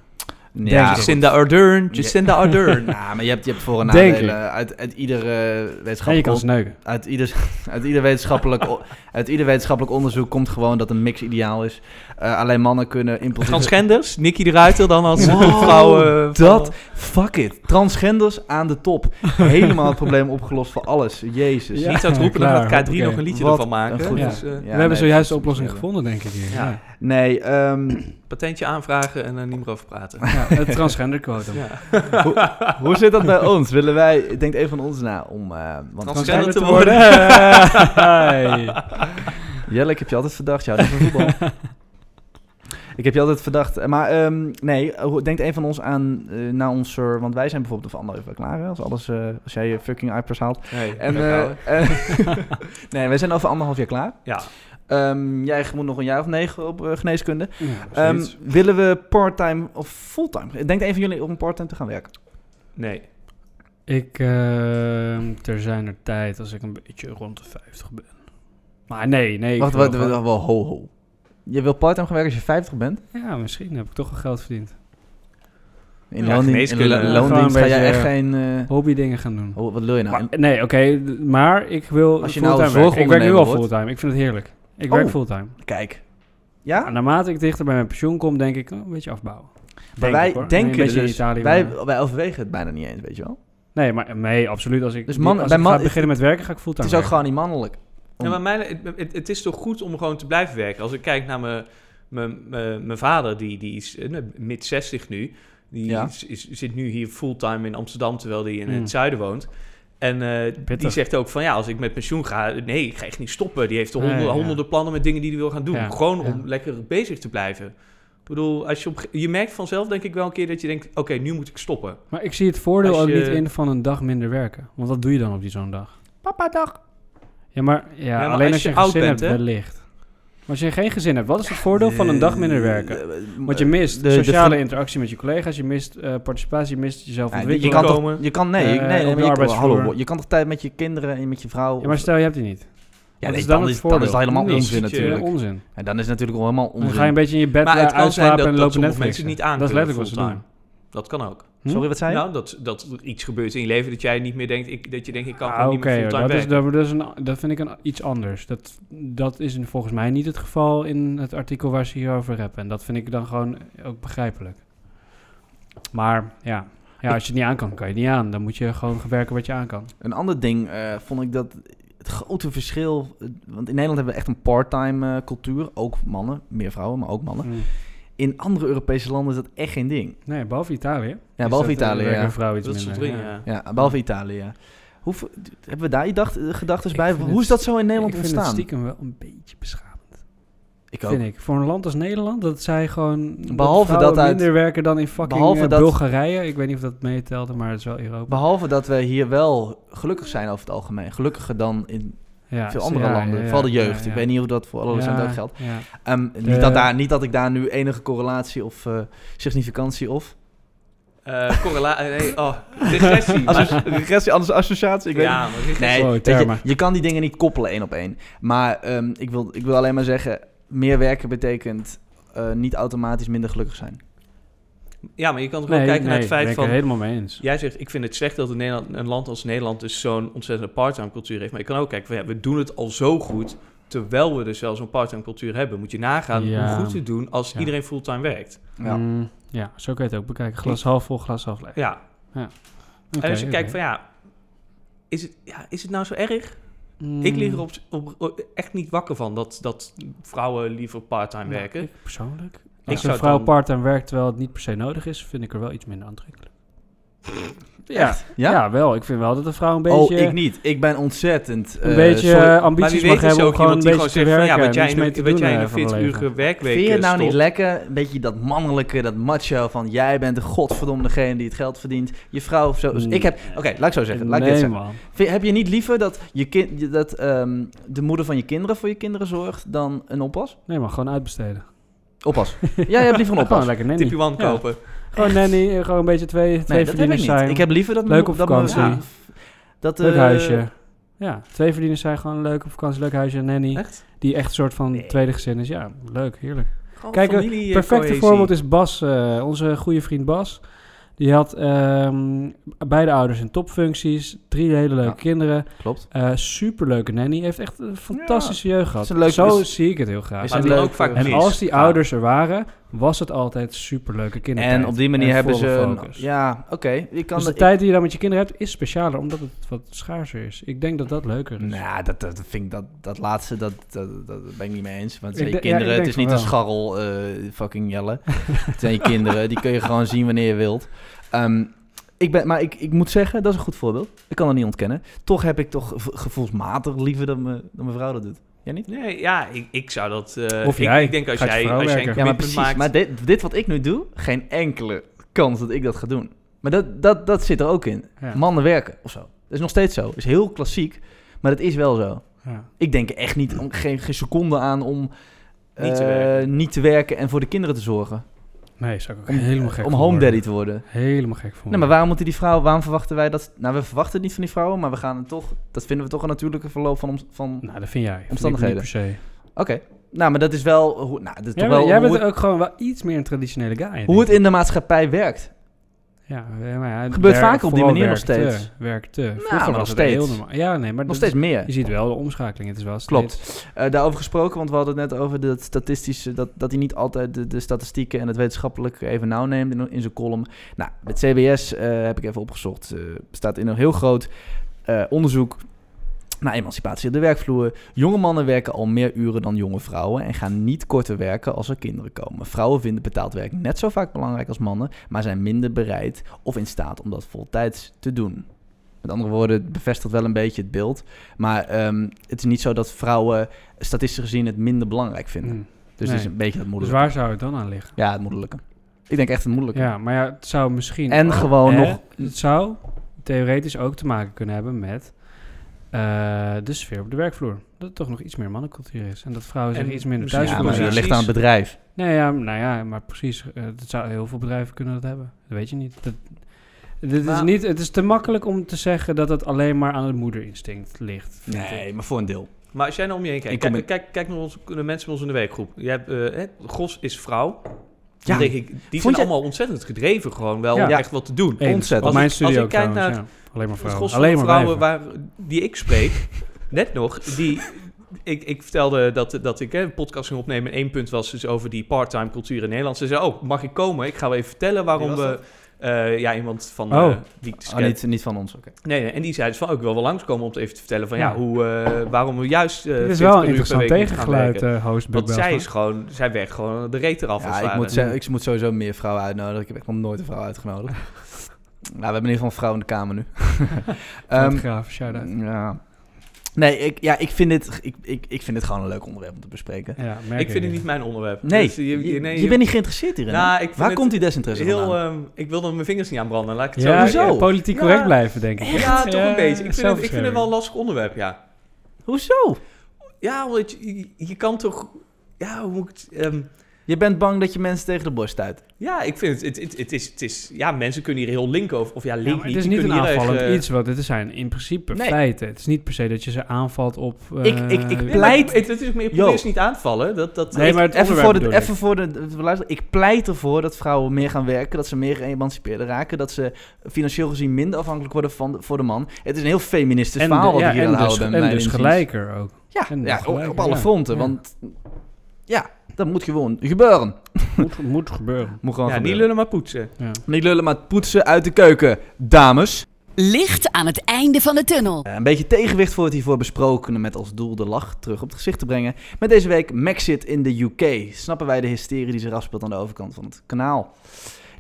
ja,
ik.
Jacinda Ardern,
Ja.
Jacinda Ardern.
Nou, maar je hebt, je hebt voor- en
Denk
nadelen.
ik.
Uit, uit iedere
En je
wetenschappelijk
kan sneuken.
uit ieder, uit, ieder wetenschappelijk, o- uit ieder wetenschappelijk onderzoek komt gewoon dat een mix ideaal is. Eh, alleen mannen kunnen impulsief...
Transgenders, Nicky de Ruiter dan als
Wow,
vrouw. eh,
dat, fuck it. Transgenders aan de top. Helemaal het probleem opgelost voor alles. Jezus.
Ja.
Niet aan het roepen, dan
klaar,
gaat K3 nog
oké.
een liedje
Wat
ervan maken.
een goed-
Dus, eh,
Ja,
We
nee,
hebben zojuist de
dat is
oplossing
misschien
gevonden, denk ik hier.
Ja.
Ja.
Nee, ehm,
patentje aanvragen en er niet meer over praten.
Ja, het transgender quota.
Ja.
hoe zit dat bij ons? Willen wij, denkt een van ons na om... eh, want
Transgender te
worden.
Jelle, ik heb je altijd verdacht. Ja, dat is voetbal. ik heb je altijd verdacht. Maar ehm, nee, hoe- denkt een van ons aan eh, naar ons... eh, want wij zijn bijvoorbeeld of anderen even klaar. hè, Als, alles, eh, als jij je fucking iPads haalt.
Nee,
En,
dat
eh,
houden.
eh, nee, wij zijn over anderhalf jaar klaar.
ja,
Ehm, jij moet nog een jaar of negen op eh, geneeskunde. Ehm, willen we part-time of fulltime? Denkt een van jullie om part-time te gaan werken?
nee.
ik, ehm ter zijner tijd, als ik een beetje rond de 50 ben. Maar nee, nee. ik
wacht,
wil
wacht, wacht,
gewoon-
wacht, wel ho, ho. Je wil part-time gaan werken als je 50 bent?
Ja, misschien heb ik toch wel geld verdiend.
In
Ja,
loondienst, in
geneeskunde.
lo-
Ja,
eh, gewoon
loondienst
een
ga jij
beetje,
echt geen... eh,
Hobby dingen gaan doen.
oh, wat wil je nou?
Maar, nee, oké, d- maar ik wil
Als je nou
fulltime
een
werken. Ik werk nu al
zorgondernemer wordt.
fulltime. Ik vind het heerlijk. Ik
Oh.
werk fulltime.
Kijk. Ja?
En naarmate ik dichter bij mijn pensioen kom, denk ik, oh, een beetje afbouwen.
Maar
Denk
wij
ik, hoor. Nee, een
denken
beetje in
dus,
Italië
wij,
wonen.
wij overwegen het bijna niet eens, weet je wel.
Nee, maar nee, absoluut. Als ik,
Dus man-
als
bij
ik
man-
ga beginnen met werken, ga ik
Het
fulltime
is ook
werken.
gewoon niet mannelijk. Om-
Ja, maar mij, het, het- het is toch goed om gewoon te blijven werken. Als ik kijk naar mijn, mijn, mijn, mijn vader, die, die is eh, mid 60 nu. Die
Ja.
is, is- zit nu hier fulltime in Amsterdam, terwijl hij in
Hmm.
het zuiden woont. En eh, die
Pittig.
zegt ook van ja, als ik met pensioen ga, nee, ik ga echt niet stoppen. Die heeft
Nee,
honderden,
ja.
honderden plannen met dingen die hij wil gaan doen.
Ja,
Gewoon
ja.
om lekker bezig te blijven. Ik bedoel, als je, op, je merkt vanzelf denk ik wel een keer dat je denkt, oké, nu moet ik stoppen.
Maar ik zie het voordeel
Als
ook
je-
niet in van een dag minder werken. Want wat doe je dan op die zo'n dag?
Papa dag.
Ja, maar, ja,
maar
alleen
als
als,
je
je een
oud
gezin
bent,
hebt,
hè?
wellicht. Maar als je geen gezin hebt, wat is het voordeel van een dag minder werken? Want je mist
Eh, de- de
sociale
vri-
interactie met je collega's, je mist eh, participatie, je mist jezelf
Ja, je,
ontwikkelen.
kan toch,
Inkomen.
je kan, nee,
Eh,
ik- nee, nee,
op
maar
de
je, kan,
arbeidsvloer.
hallo, je kan toch tijd met je kinderen en met je vrouw...
Ja, maar
of-
stel, je hebt die niet.
ja,
wat
nee,
is
dan,
dan het
is, dan is het
voordeel?
helemaal
Niks.
onzin
Zit je-
Ja,
natuurlijk.
onzin.
En dan is het natuurlijk wel helemaal
Dan
onzin.
ga je een beetje in je bed
Maar
eh,
het kan zijn
uitslapen
dat,
en
dat
lopen
sommige
Netflix.
mensen niet aan
Dat is
kunnen
letterlijk wat ze
fulltime.
doen.
Dat kan ook.
Hm?
Sorry, wat zei je?
Nou, dat, dat er iets gebeurt in je leven dat jij niet meer denkt, ik, dat je denkt, ik kan gewoon
Ah, Oké,
niet meer
hoor,
fulltime
dat, is,
werken.
dat, dat, is een, dat vind ik een, iets anders. Dat, dat is een- volgens mij niet het geval in het artikel waar ze hierover hebben. En dat vind ik dan gewoon ook begrijpelijk. Maar ja, ja als je het niet aan kan, kan je het niet aan. Dan moet je gewoon werken wat je aan kan.
Een ander ding eh, vond ik dat het grote verschil... eh, Want in Nederland hebben we echt een part-time eh, cultuur. Ook mannen, meer vrouwen, maar ook mannen.
Mm.
In andere Europese landen is dat echt geen ding.
Nee, behalve Italië.
Ja,
Is
behalve
dat, eh,
Italië,
werken
ja.
vrouwen iets
Dat soort
minder.
dingen,
ja.
ja.
Ja, behalve Italië. ja. Hoe, v- hebben we daar je dacht- eh, gedachten
Ik
bij?
vind
Hoe
het
is dat zo in Nederland
ik vind
ontstaan?
het stiekem wel een beetje beschamend,
ik
vind ik. Voor een land als Nederland, dat zij gewoon dat
Behalve
vrouwen
dat uit-
minder werken dan in fucking
behalve
eh,
dat-
Bulgarije. Ik weet niet of dat meetelde, maar het is wel Europa.
Behalve dat we hier wel gelukkig zijn over het algemeen. Gelukkiger dan in
Ja,
veel
ze-
andere
ja,
landen.
ja, ja,
vooral de jeugd.
ja,
Ik
ja.
weet niet of dat voor alle
Ja,
docenten ook geldt.
ja.
Ehm,
De-
niet, dat daar, niet dat ik daar nu enige correlatie of eh, significantie of...
Eh, correla- eh, nee, oh, regressie. maar-
Asso- regressie, anders associatie, ik weet
ja, maar regressie.
Nee,
Wow,
weet je,
termen.
je kan die dingen niet koppelen één op één. Maar ehm, ik, wil, ik wil alleen maar zeggen... meer werken betekent eh, niet automatisch minder gelukkig zijn.
Ja, maar je kan toch wel kijken naar het
ben
feit
ik
van...
er helemaal mee eens.
Jij zegt, ik vind het slecht dat in Nederland, een land als Nederland dus zo'n ontzettende part-time cultuur heeft. Maar je kan ook kijken, van, ja, we doen het al zo goed, terwijl we dus wel zo'n part-time cultuur hebben. Moet je nagaan
Ja.
hoe goed het doen als
Ja.
iedereen fulltime werkt.
Ja.
Mm, ja, zo kan je het ook bekijken. Glas half vol, glas half leeg.
Ja,
Oké,
en als je
oké.
kijkt van ja... Is het, ja, is het nou zo erg?
Mm,
Ik lig er op, op, op- echt niet wakker van dat, dat vrouwen liever part-time
nou,
werken.
ik persoonlijk.
Ik
Als
zou
een vrouw
dan-
part-time werkt terwijl het niet per se nodig is, vind ik er wel iets minder aantrekkelijk. Ja, ja?
Ja?
wel. Ik vind wel dat een vrouw een beetje...
Oh, ik niet. Ik ben ontzettend...
Een
eh,
beetje
sorry.
eh, ambities mag hebben om gewoon een beetje te werken.
ja, wat
en
jij
iets mee
in,
te
wat
doen,
jij in
eh,
een
van het
40
leven.
uur werkweek
Vind je het nou
stopt.
niet lekker? Een beetje dat mannelijke, dat macho van... Jij bent de godverdomme degene die het geld verdient. Je vrouw of zo. Dus ik heb... Oké, laat ik zo zeggen. Laat ik dit
Nee,
zeggen.
man.
Vind- heb je niet liever dat, je kind, je- dat ehm, de moeder van je kinderen voor je kinderen zorgt dan een oppas?
Nee, maar gewoon uitbesteden.
Oppas. ja, je hebt liever een
Gewoon
oppas.
lekker nanny.
Tippy One
Ja.
kopen.
Gewoon nanny, eh, gewoon een beetje twee, twee
Nee, dat heb ik
verdieners
niet.
zijn.
Ik heb liever dat...
Leuk op
dat
vakantie.
ja, dat,
Leuk
eh,
huisje. Ja, twee verdieners zijn gewoon leuk op vakantie, leuk huisje en nanny.
Echt?
Die echt een soort van tweede gezin is. Ja, leuk, heerlijk.
Gewoon
Kijk, een
familie, eh,
perfecte
cohesie.
voorbeeld is Bas, eh, onze goede vriend Bas. Die had ehm, beide ouders in topfuncties, drie hele leuke
Ja.
kinderen,
Klopt.
eh, superleuke nanny. Heeft echt een fantastische jeugd gehad.
Is een leuk-
Zo
is-
zie ik het heel graag.
is
Maar
een
die
leuk-
ook vaak
en
en
mis.
als die
Ja.
ouders er waren, was het altijd superleuke kinderen.
En op die manier hebben ze... een-
ja,
ja, oké. ik kan
dus de
dat- ik-
tijd die je dan met je kinderen hebt, is specialer, omdat het wat schaarser is. Ik denk dat dat leuker is.
Nou, dat, dat vind ik dat, dat laatste, dat, dat, dat ben ik niet mee eens. Want het zijn
Ik
je
denk- ja,
kinderen,
ik
het
denk
is niet
van
een scharrel, eh, fucking jelle. het zijn je kinderen, die kun je gewoon zien wanneer je wilt. Ehm, ik ben, maar ik, ik moet zeggen, dat is een goed voorbeeld. Ik kan het niet ontkennen. Toch heb ik toch gevo- gevoelsmatig liever dan, me, dan mijn vrouw dat doet. Jij niet?
Nee, ja, ik, ik zou dat... eh,
Of
ik-
jij.
Ik, denk als
Gaat je
jij,
vrouw
als jij een
werken.
Ja, maar
commitment
precies.
maakt...
Maar dit, dit wat ik nu doe, geen enkele kans dat ik dat ga doen. Maar dat, dat, dat zit er ook in.
Ja.
Mannen werken of zo. Dat is nog steeds zo. Dat is heel klassiek, maar dat is wel zo.
Ja.
Ik denk er echt niet, om- geen, geen seconde aan om
Niet te
eh,
werken.
niet te werken en voor de kinderen te zorgen.
Nee, zou ik ook
Om,
helemaal gek
om
van
home
worden.
daddy te worden.
Helemaal gek voor
Nee, maar waarom moeten die vrouwen, waarom verwachten wij dat? Nou, we verwachten het niet van die vrouwen, maar we gaan het toch, dat vinden we toch een natuurlijke verloop van. ons- van
Nou, dat vind jij. Vind ik
Omstandigheden.
Niet per se.
Oké, nou, maar dat is wel, hoe, nou, dat is
Jij,
toch wel
bent- jij
hoe,
bent
het,
ook gewoon wel iets meer een traditionele guy.
hoe het
denk ik.
in de maatschappij werkt.
ja, maar ja,
gebeurt
werk-
vaker op die
vooral
manier nog
werk te,
steeds.
werk te. Vroeger
maar nog
was het heel
steeds.
normaal. Ja, nee, maar
Nog
dat is-
steeds meer.
je ziet wel de omschakeling. Het is wel steeds-
Klopt. Eh, daarover gesproken, want we hadden het net over dat statistische, dat, dat hij niet altijd de, de statistieken en het wetenschappelijk even nauw neemt in, in zijn column. Nou, met CBS eh, heb ik even opgezocht, eh, staat in een heel groot eh, onderzoek naar emancipatie op de werkvloer. Jonge mannen werken al meer uren dan jonge vrouwen en gaan niet korter werken als er kinderen komen. Vrouwen vinden betaald werk net zo vaak belangrijk als mannen, maar zijn minder bereid of in staat om dat voltijds te doen. Met andere woorden, het bevestigt wel een beetje het beeld. Maar ehm, het is niet zo dat vrouwen statistisch gezien het minder belangrijk vinden.
Mm.
Dus het is
Nee.
een beetje dat
Dus
moederlijke.
waar zou het dan aan liggen?
Ja, het moederlijke. Ik denk echt het moederlijke.
Ja, maar ja, het zou misschien...
En gewoon
Eh,
nog...
Het zou theoretisch ook te maken kunnen hebben met eh, de sfeer op de werkvloer. Dat er toch nog iets meer mannencultuur is. En dat vrouwen
En
zich iets minder
misschien-
thuis
Ja, maar
voelen.
dat
precies.
ligt aan het bedrijf.
Nee, ja, nou ja, maar precies. eh, dat zou, heel veel bedrijven kunnen dat hebben. Dat weet je niet. Dat, dit is
Maar-
niet. Het is te makkelijk om te zeggen dat het alleen maar aan het moederinstinct ligt. vind ik.
Nee, maar voor een deel.
Maar als jij nou om je heen kijkt,
Ik kom
kijk,
in-
kijk, kijk naar onze, de mensen bij ons in de werkgroep. Je hebt, eh, hè, Gos is vrouw. Dan
Ja.
denk ik, die zijn
jij-
allemaal ontzettend gedreven gewoon wel
Ja.
om
Ja.
echt wat te doen.
Eens.
Ontzettend.
Op
Als
mijn
ik- als
studio
ik kijk
trouwens,
naar-
ja. Alleen maar
Het
vrouwen.
gros
Alleen maar
van de vrouwen
wijven.
waar, die ik spreek, net nog, die... Ik, ik vertelde dat, dat ik hè, een podcast ging opnemen. En één punt was dus over die part-time cultuur in Nederland. Ze zei, oh, mag ik komen? Ik ga wel even vertellen waarom
Wie was
we... eh, ja, iemand van...
Oh.
eh, die ik dus
Oh,
ken.
niet, niet van ons, oké.
Nee, nee, en die zei dus van, oh, ik wil wel langskomen om het even te vertellen van... Ja,
Ja.
hoe, eh, waarom we juist... eh,
Dit is
40 uur
wel
per
een interessant
week moeten gaan
tegengeluid,
werken.
eh, host Big
Want zij
Bells,
is gewoon, zij werkt gewoon de reet eraf. als
Ja,
het
ik
ware.
moet, zeggen, ik moet sowieso meer vrouwen uitnodigen. Ik heb echt nog nooit een vrouw uitgenodigd. nou, we hebben in ieder geval een vrouw in de kamer nu.
maar.
Ehm,
Fotograaf, shout-out.
ja. Nee, ik, ja, ik, vind dit, ik, ik, ik vind dit gewoon een leuk onderwerp om te bespreken.
Ja, merk
Ik vind het
je.
niet mijn onderwerp.
Nee,
Dus
je,
nee,
je bent niet geïnteresseerd hierin.
Nou, ik vind
Waar
het
komt die desinteresse
heel,
vandaan?
ehm, Ik wil er mijn vingers niet aan branden, laat ik het
Ja,
zo zeggen.
hoezo?
ja, politiek correct
Ja.
blijven, denk ik.
Ja, toch
Ja,
een beetje. Ik vind, het, ik vind het
zelfbescherming.
wel een lastig onderwerp, ja.
eh, Hoezo?
Ja, omdat je, je kan toch... Ja, hoe moet ik het... ehm,
Je bent bang dat je mensen tegen de borst stuit.
ja, ik vind het... Het, het, het is, het is... Ja, mensen kunnen hier heel link over... Of ja, link
Ja, maar het
niet.
is
die
niet een
kunnen hier erg,
aanvallend
eh,
iets, want dit zijn in principe
Nee.
feiten. Het is niet per se dat je ze aanvalt op...
Ik- ik-
eh,
ik
nee,
pleit-
maar Het, het is ook meer...
Yo.
Probeer ze niet aan te vallen. Dat, dat,
Nee,
ik-
maar het
Even
onderwerp
voor, de,
bedoel ik.
even voor de, de luister, ik pleit ervoor dat vrouwen meer gaan werken, dat ze meer geëmancipeerd raken, dat ze financieel gezien minder afhankelijk worden van de, voor de man. Het is een heel feministisch
En
verhaal
de-
wat
ja,
ik hier
en
aan
dus,
houden. bij
en
mijn
dus
inziens.
gelijker ook.
Ja,
en
ja
dus
op,
gelijk,
op alle
ja.
fronten,
Ja.
want ja, dat moet gewoon gebeuren.
moet, moet gebeuren.
Moet gewoon
ja, niet
gebeuren.
lullen, maar poetsen.
Ja.
Niet lullen, maar poetsen uit de keuken, dames.
Licht aan het einde van de tunnel.
Eh, Een beetje tegenwicht voor het hiervoor besprokene met als doel de lach terug op het gezicht te brengen. Met deze week Maxit in de UK. Snappen wij de hysterie die zich afspeelt aan de overkant van het kanaal?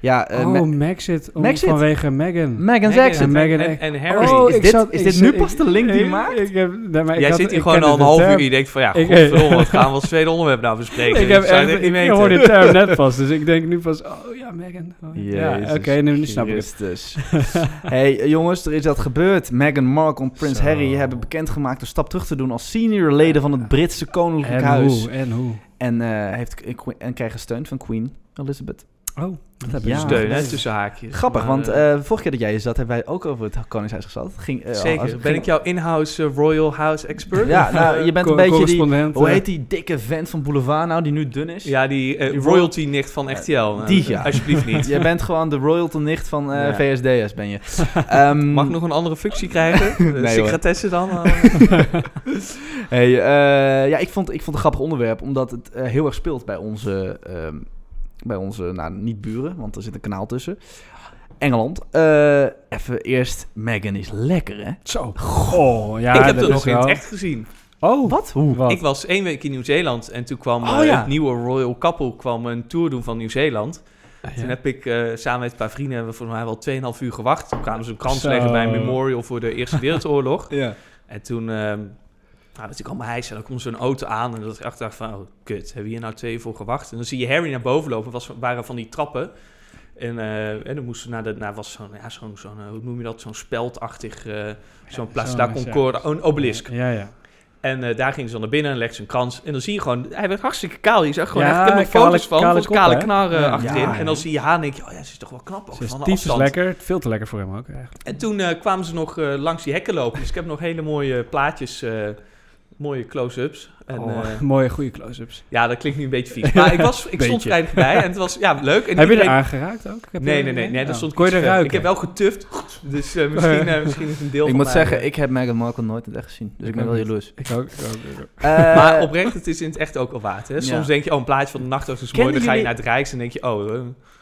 Ja, eh,
oh,
Ma-
Maxit. om-
Maxit?
Vanwege Meghan.
Megan's
Meghan
exit.
en Meghan-
en, en Harry.
Is- is
Oh, ik
dit-
zat-
is
ik
dit
zat-
nu
ik-
pas de link die je
ik-
maakt?
Ik heb, nee, maar ik
Jij
had-
zit hier
ik
gewoon
kende
al een
de
half
term.
uur. Je denkt van, ja,
Ik-
godverdomme, wat gaan we als tweede onderwerp nou bespreken?
Ik, heb
Dat zou
echt-
echt niet
ik
weten.
hoor dit term net pas, dus ik denk nu pas, oh ja, Megan. Oh, ja,
Jezus
oké, nu snap ik het.
Christus. hey eh, jongens, er is dat gebeurd. Meghan Markle en prins
Zo.
Harry hebben bekendgemaakt een stap terug te doen als senior leden van het Britse Koninklijk
En
Huis.
hoe, en hoe.
En, eh, heeft, en que- en krijgen steun van Queen Elizabeth.
Oh, dat heb ik
Ja.
dus
Steun, hè,
Ah.
tussen haakjes.
Grappig,
Maar,
want
eh,
eh vorige keer dat jij hier zat, hebben wij ook over het Koningshuis gezat. Ging, eh, als-
Zeker. Ben ik jouw in-house eh, Royal House expert?
Ja, nou, je bent
Co-
een beetje die...
correspondent,
Hoe
eh,
heet die dikke vent van Boulevard nou, die nu dun is?
Ja, die, eh,
Die ro-
royalty-nicht van RTL. eh,
die, ja.
Alsjeblieft niet.
Jij bent gewoon de royalty nicht van eh,
Ja.
VSDS, ben je. Ehm,
Mag ik nog een andere functie krijgen? Eh,
hoor.
Secretesse dan? eh?
Hey, eh, ja, ik vond, ik vond het een grappig onderwerp, omdat het eh, heel erg speelt bij onze, ehm, bij onze nou, niet buren, want er zit een kanaal tussen. Engeland. Eh, even eerst, Meghan is lekker, hè?
Zo. Goh, ja,
ik heb
dat
dat
is
nog in het
wel-
echt gezien.
Oh,
Wat? Hoe?
wat?
Ik was één week in Nieuw-Zeeland en toen kwam
Oh,
eh,
ja.
het nieuwe Royal Couple kwam een tour doen van Nieuw-Zeeland.
Ah, ja.
Toen heb ik eh, samen met een paar vrienden hebben we volgens mij wel 2,5 uur gewacht. Toen kwamen ze een krans
Zo.
leggen bij een memorial voor de Eerste Wereldoorlog.
Ja.
En toen, ehm nou, natuurlijk allemaal hijs en dan komt zo'n auto aan. En dat ik echt dacht van, oh, kut, hebben we hier nou twee uur voor gewacht? En dan zie je Harry naar boven lopen, was, waren van die trappen. En, eh, en dan moesten we naar de, naar was zo'n, ja, zo'n, zo'n, eh, hoe noem je dat, zo'n speldachtig, eh, zo'n Place
zo'n-
daar Concorde, een obelisk.
Ja, ja.
En eh, daar ging ze dan naar binnen en legde ze een krans. En dan zie je gewoon, hij werd hartstikke kaal. Je zag gewoon
Ja,
echt, ik heb nog
kale-
foto's van,
kale
van zijn
kop,
kale
hè?
knarren
Ja.
achterin.
Ja,
en dan zie je haar en denk je, oh ja, ze is toch wel knap, ook
Ze is
van de
tyfus
afstand.
lekker. Veel te lekker voor hem ook, echt.
En toen eh, kwamen ze nog eh, langs die hekken lopen. Dus ik heb nog hele mooie plaatjes, eh, mooie close-ups. En,
Oh,
eh,
mooie, goede close-ups.
ja, dat klinkt nu een beetje vies. Maar ik, was, ik stond
Beetje.
vrijdag bij en het was ja, leuk. En
Heb je er
iedereen-
aangeraakt ook? Heb
Nee,
je-
nee, nee. nee dat
Oh.
stond
Kon je
iets
er
ver.
ruiken?
Ik heb wel getuft, dus eh, misschien, eh, misschien is een deel
Ik
van
moet
mij,
zeggen,
eh,
ik heb Meghan Markle nooit in het echt gezien, dus ik,
Ik
ben
ook
wel
niet.
jaloers.
Ik ook. ik ook, ik ook.
Eh,
Maar oprecht, het is in het echt ook al waard. Hè? Soms
Ja.
denk je, oh, een plaatje van de nachtauto is mooi.
Kennen
Dan ga je
jullie-
naar het Rijks en denk je, oh, eh,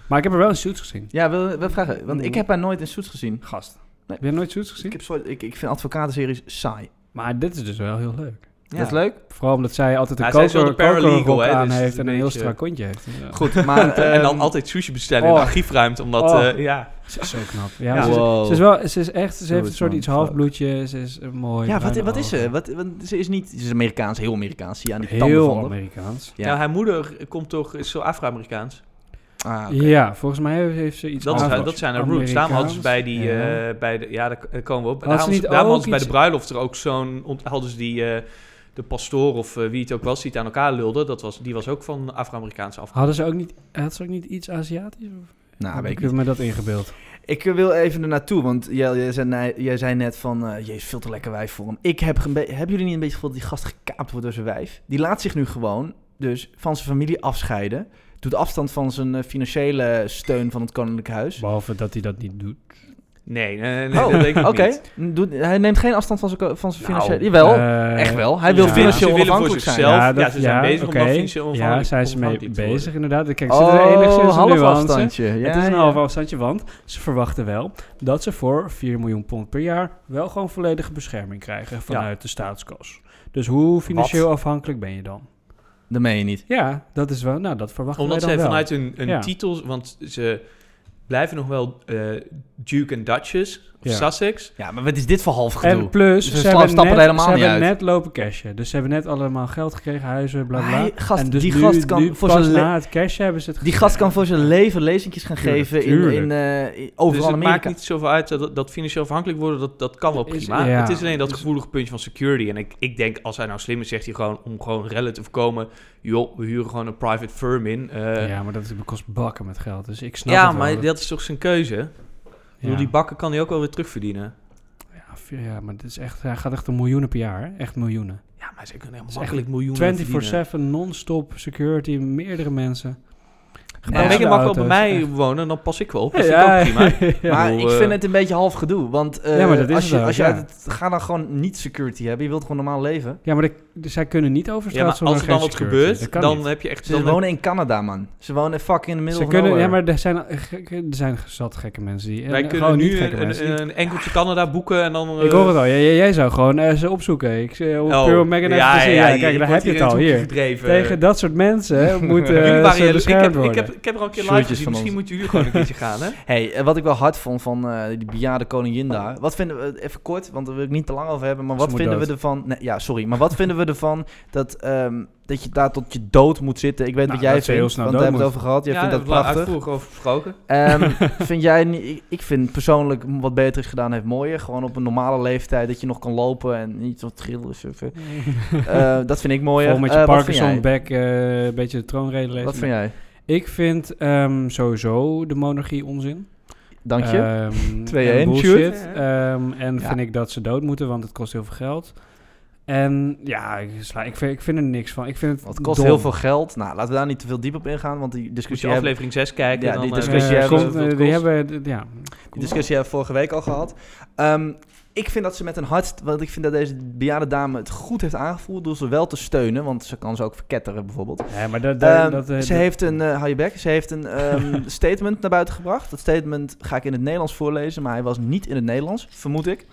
Maar ik heb er wel een Suits gezien.
Ja, wil, wil vragen, want ik heb haar nooit in Suits gezien.
Gast.
Nee.
Heb jij nooit Suits gezien?
Ik, heb soort, ik, ik vind advocatenseries saai.
Maar dit is dus wel heel leuk.
ja.
Dat is leuk.
Vooral omdat zij altijd een
Ja, zij is wel
koker,
de paralegal,
kokerrok
hè, dus
aan
het is
heeft
een
en een heel
beetje-
strak kontje heeft. Ja.
Goed, maar...
en dan
ehm,
altijd sushi bestellen in
oh.
de archiefruimte, omdat,
Oh.
eh, ja.
Ze is zo knap. Ja,
Ja.
Ze, is-
Wow.
ze is wel, ze is echt, ze
Zo
heeft een
is
soort
man,
iets
fuck.
halfbloedje, ze is eh, mooi.
Ja, wat,
bruine
wat is ze?
ogen.
Wat, want ze is niet... Ze is Amerikaans, heel Amerikaans. Zie je aan die tanden
Heel
van haar.
Amerikaans.
Ja.
Nou, haar moeder komt toch, is zo Afro-Amerikaans.
Ah, oké.
Ja, volgens mij heeft- heeft ze iets
Dat, is haar-
Afro-
dat zijn haar roots. Daarom hadden ze bij die,
Amerikaans,
eh, bij de, ja, daar daar komen we
ze
op. Daarom hadden ze,
niet
daarom hadden ze
ook
bij de bruiloft er ook zo'n, ont- hadden ze die, eh, de pastoor of eh, wie het ook was, die het aan elkaar lulde. Dat was, die was ook van Afro-Amerikaanse af.
Hadden ze ook niet, had ze ook niet iets Aziatisch?
Ah,
Of?
Nou,
heb
weet
ik
ik niet.
me dat ingebeeld.
Ik eh, wil even er naartoe, want jij, jij, zei, nee, jij zei net van... eh jezus, veel te lekker wijf voor hem. Ik heb een be- hebben jullie niet een beetje gevoeld dat die gast gekaapt wordt door zijn wijf? Die laat zich nu gewoon dus van zijn familie afscheiden. Doet afstand van zijn eh, financiële steun van het Koninklijk Huis.
Behalve dat hij dat niet doet.
Nee, nee, nee, nee,
Oh,
dat denk ik
Oké,
niet.
Doet- hij neemt geen afstand van zijn, ko- van zijn
Nou,
financiële... Jawel,
Eh,
echt wel. Hij
ja.
wil
Ze willen-
financieel
ze willen voor
onafhankelijk zijn.
zichzelf. Ja, ze zijn bezig om
oké.
dat financieel
Ja,
onafhankelijk-
zijn ze mee
onafhankelijk te
bezig inderdaad. Kijk, ze zitten er
Oh,
enigszins een
half
nuance.
afstandje. Ja,
het is een
ja.
half afstandje, want ze verwachten wel dat ze voor 4 miljoen pond per jaar wel gewoon volledige bescherming krijgen vanuit de staatskas. Dus hoe financieel afhankelijk ben je dan?
Dat meen je niet.
Ja, dat is wel, nou dat verwachten
Omdat
wij
zij
dan wel.
vanuit hun, hun
Ja.
titel, want ze blijven nog wel eh, Duke en Duchess of
Ja.
Sussex.
Ja, maar wat is dit voor half gedoe? Dus
En plus,
Ze
ze,
sla-
hebben,
stappen
net,
er helemaal
ze
niet
hebben
uit.
net lopen cashen. Dus ze hebben net allemaal geld gekregen, huizen, bla bla.
Hij- gast,
en dus
die
nu,
gast kan
nu
voor
pas
zijn le-
na het cashen hebben ze het
Die
gekregen.
gast kan voor zijn leven lezingjes gaan
Tuurlijk,
geven in,
tuurlijk.
in, eh, in- overal
dus het
Amerika.
maakt niet zoveel uit dat, dat financieel afhankelijk worden, dat, dat kan wel
Is-
prima.
ja.
het is alleen dat
Dus-
gevoelige puntje van security. En ik, ik denk, als hij nou slim is, zegt hij gewoon om gewoon rellen te voorkomen. Joh, we huren gewoon een private firm in. Eh, ja,
Ja, maar dat kost bakken met geld. Dus ik snap het wel.
maar dat is toch zijn keuze?
Ja.
Door Die bakken kan hij ook wel weer terugverdienen.
Ja, vier- ja, maar het is echt, hij gaat echt om miljoenen per jaar. hè? Echt miljoenen.
Ja, maar ze kunnen echt
is
makkelijk miljoenen verdienen.
24-7, non-stop, security, meerdere mensen.
Maar
Ja.
Megan
Gebouwde
mag wel bij
auto's,
mij
echt.
wonen, dan pas ik wel op. Dat vind ik ook prima.
ja.
maar
bedoel,
ik
eh,
vind het een beetje half gedoe. Want eh,
Ja, maar dat is
als je,
het ook,
als je
ja.
uit het, ga dan gewoon niet security hebben. Je wilt gewoon normaal leven.
Ja, maar de- dus zij kunnen niet over
Ja,
straat
maar
zonder
als er dan
geen
wat
security. Dat
gebeurt,
kan
dan eh,
niet.
heb je echt...
Ze
dan heb-
wonen in Canada, man. Ze wonen fucking in de middel
Ze
van
kunnen, ja,
nowhere.
maar er zijn al- gek- er zijn zat gekke mensen die. en
Wij kunnen
gewoon niet
nu
gekke
een,
mensen.
een, een enkeltje Canada boeken en dan...
ik hoor het al. Jij, jij- jij zou gewoon eh, ze opzoeken. Ik zie
Oh,
op Oh, Pure Megan even te zien. Ja, kijk, daar heb je het al hier. Tegen dat soort mensen moeten
Jullie
eh,
waren
ze
jaloers. Ik
dus
beschermd
heb, ik,
worden.
heb, ik heb er al een keer live
Shirtjes
gezien.
van
Misschien
ons.
moeten jullie gewoon een keertje gaan, hè?
Hey, eh, wat ik wel hard vond van eh, die bejaarde koningin daar. Wat vinden we, eh, even kort, want daar wil ik niet te lang over hebben. Maar
Oh. Ze
wat
moet
vinden
dood.
we ervan? Nee, ja, sorry. Maar wat vinden we ervan dat, ehm, dat je daar tot je dood moet zitten? Ik weet
Nou,
wat jij
dat ze heel
vindt,
snel
want daar hebben we
dood
het over gehad. Jij vindt dat
Daar hebben
prachtig.
we uitvoerig over gesproken.
Ehm, vind jij niet, ik- ik vind persoonlijk wat Beatrix gedaan heeft mooier. Gewoon op een normale leeftijd dat je nog kan lopen en niet zo trillen. surfen. Eh, dat vind ik mooier.
Vol met je
Eh, wat vind
Parkinson
jij?
back, eh, een beetje de troonrede lezen.
Wat vind jij?
Ik vind ehm, sowieso de monarchie onzin.
Dank je.
Ehm,
2-1,
en
Sjoerd.
bullshit. Ehm, en
Ja.
vind ik dat ze dood moeten, want het kost heel veel geld. En ja, ik, sla, ik, vind, ik vind er niks van. Ik vind het
Want het kost
dom.
heel veel geld. Nou, laten we daar niet te veel diep op ingaan, want die
Moet
discussie
je
hebben
aflevering 6 kijken.
Ja,
dan,
die
eh,
Eh,
discussie dus
weet je
hebben
komt,
wat het
eh,
kost.
die hebben, d- ja.
Die discussie hebben we vorige week al gehad. Ehm, ik vind dat ze met een hart, want ik vind dat deze bejaarde dame het goed heeft aangevoerd door ze wel te steunen, want ze kan ze ook verketteren bijvoorbeeld.
Ja, maar dat,
Ehm,
dat, eh,
ze
dat-
heeft een, eh, hou je bek, ze heeft een ehm, statement naar buiten gebracht. Dat statement ga ik in het Nederlands voorlezen, maar hij was niet in het Nederlands, vermoed ik.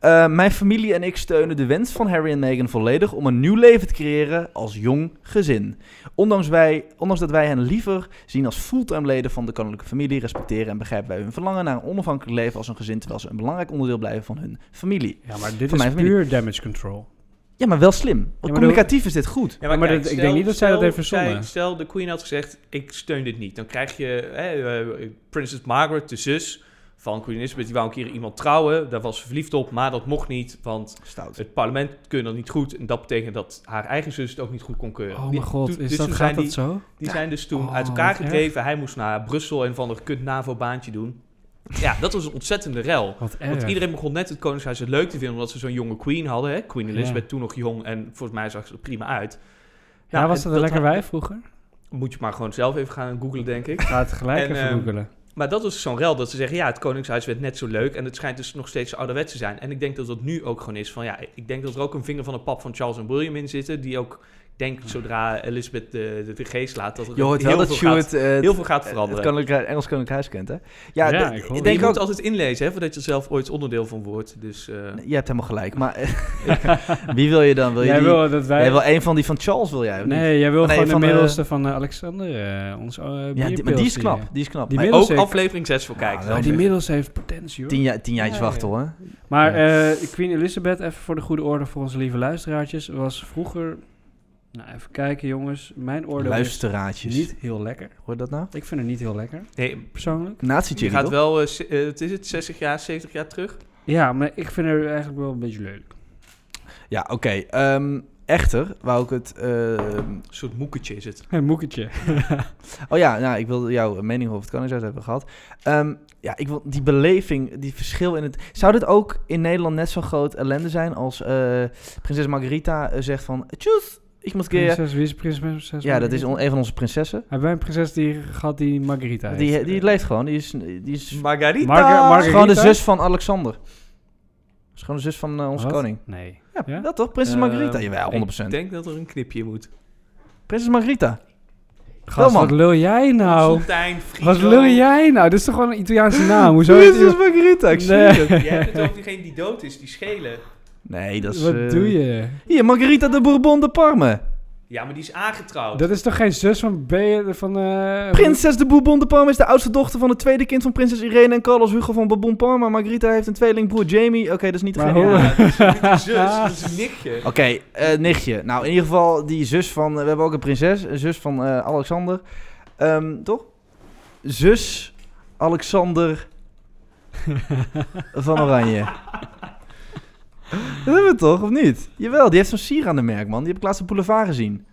Eh, mijn familie en ik steunen de wens van Harry en Meghan volledig om een nieuw leven te creëren als jong gezin. Ondanks, wij, ondanks dat wij hen liever zien als fulltime leden van de koninklijke familie, respecteren en begrijpen wij hun verlangen naar een onafhankelijk leven als een gezin, terwijl ze een belangrijk onderdeel blijven van hun familie.
ja, maar dit
van
is
mijn familie.
puur damage control.
Ja, maar wel slim.
maar
Communicatief is dit goed.
Ja,
Ja, maar
kijk,
dat- ik denk niet dat zij dat heeft verzonnen.
zij- stel, de queen had gezegd, ik steun dit niet. Dan krijg je hè, eh, prinses Margaret, de zus van Queen Elizabeth, die wou een keer iemand trouwen. Daar was ze verliefd op, maar dat mocht niet, want
Stout.
het parlement keurde dat niet goed. En dat betekent dat haar eigen zus het ook niet goed kon keuren.
Oh
Die-
mijn god,
toen-
is
dus
dat,
toen
gaat
zijn
dat
die,
zo?
Die zijn dus toen
Oh,
uit elkaar
wat erg.
gedreven. Hij moest naar Brussel en van een kut NAVO-baantje doen. Ja, dat was een ontzettende rel.
Wat erg.
Want iedereen begon net het Koningshuis het leuk te vinden omdat ze zo'n jonge queen hadden. Hè? Queen Elizabeth
Ja.
toen nog jong en volgens mij zag ze er prima uit.
ja,
Nou,
was
en
dat een lekker
had-
wijf vroeger?
Moet je maar gewoon zelf even gaan googlen, denk ik.
Ga het gelijk
En,
even
ehm,
googelen.
Maar dat is zo'n rel dat ze zeggen, ja, het Koningshuis werd net zo leuk en het schijnt dus nog steeds ouderwets te zijn. En ik denk dat dat nu ook gewoon is van, ja, ik denk dat er ook een vinger van de pap van Charles en William in zitten, die ook denkt zodra Elizabeth de, de, de geest laat, dat er
Je hoort
heel,
wel dat eh,
veel
Stuart
gaat, heel veel gaat
het
veranderen.
koninklijk- Engels Koninklijk Huis kent, hè? Ja,
Ja,
d-
ik hoor
ik
het.
je
denk ook
moet altijd inlezen, hè, voordat je er zelf ooit onderdeel van wordt. Dus eh,
Je hebt helemaal gelijk, maar eh, wie wil je dan? Wil je
jij
die,
wil dat wij...
jij wil een van die van Charles, wil jij? of niet?
nee, jij wil
Nee,
gewoon
van,
de
eh,
middelste van eh, Alexander, eh, ons eh,
ja, die, maar die is
bierpilsje.
knap, die is knap.
Die
Maar
middel-
ook
zeker.
aflevering 6 voor kijken.
Ah,
dan.
Maar die middels heeft potentie, hoor.
tien, jaar, tien jaartjes
Ja, ja.
wachten hoor.
Maar
Ja.
eh, Queen Elizabeth, even voor de goede orde voor onze lieve luisteraartjes, was vroeger... Nou, even kijken, jongens. Mijn oordeel
Luisteraadjes.
is niet heel lekker.
Hoor je dat nou?
Ik vind het niet heel lekker,
nee,
persoonlijk.
nazi
je gaat wel, eh, ze- eh, het is het, 60 jaar, 70 jaar terug?
Ja, maar ik vind het eigenlijk wel een beetje lelijk.
Ja, oké. ehm, echter, wou ik het... ehm,
Een soort moeketje is het.
Een moeketje.
oh ja, nou, ik wilde jouw mening over het Koningshuis hebben gehad. Ehm, ja, ik wil die beleving, die verschil in het... Zou dit ook in Nederland net zo groot ellende zijn als eh, prinses Margarita eh, zegt van... Tjus, ik moet keer...
Prinses, wie is prinses?
Ja, dat is on- een van onze prinsessen.
Hebben wij een prinses die gehad die Margarita heet?
Die, die leeft gewoon. Die is, die is
Margarita!
Marga-
is gewoon de
Margarita?
zus van Alexander. is gewoon de zus van eh, onze
Wat?
koning. Eh,
Nee.
Ja,
Ja?
dat toch? Prinses
Ehm,
Margarita. Jawel, 100%.
Ik denk dat er een knipje in moet.
Prinses Margarita.
Gast,
man.
wat lul jij nou?
Fontijn, Friso.
Wat lul jij nou? Dit is toch gewoon een Italiaanse naam? Hoezo?
Prinses Margarita, ik zie
Nee.
het.
Je hebt het over diegene die dood is, die schelen.
Nee, dat is...
Wat
eh,
doe je?
Hier, Margarita de Bourbon de Parme.
Ja, maar die is aangetrouwd.
Dat is toch geen zus van B... Van, eh,
Prinses de Bourbon de Parme is de oudste dochter van het tweede kind van prinses Irene en Carlos Hugo van Bourbon Parma. Margarita heeft een tweelingbroer Jamie. Oké, dat is niet
Maar
degene-
hoe-
Ja, dat is niet een zus, dat is een nichtje.
Oké, eh, nichtje. Nou, in ieder geval die zus van... eh, We hebben ook een prinses. Een zus van eh, Alexander. Ehm, toch? Zus Alexander van Oranje. Dat hebben we toch, of niet? Jawel, die heeft zo'n sier aan de merk, man. Die heb ik laatst op Boulevard gezien.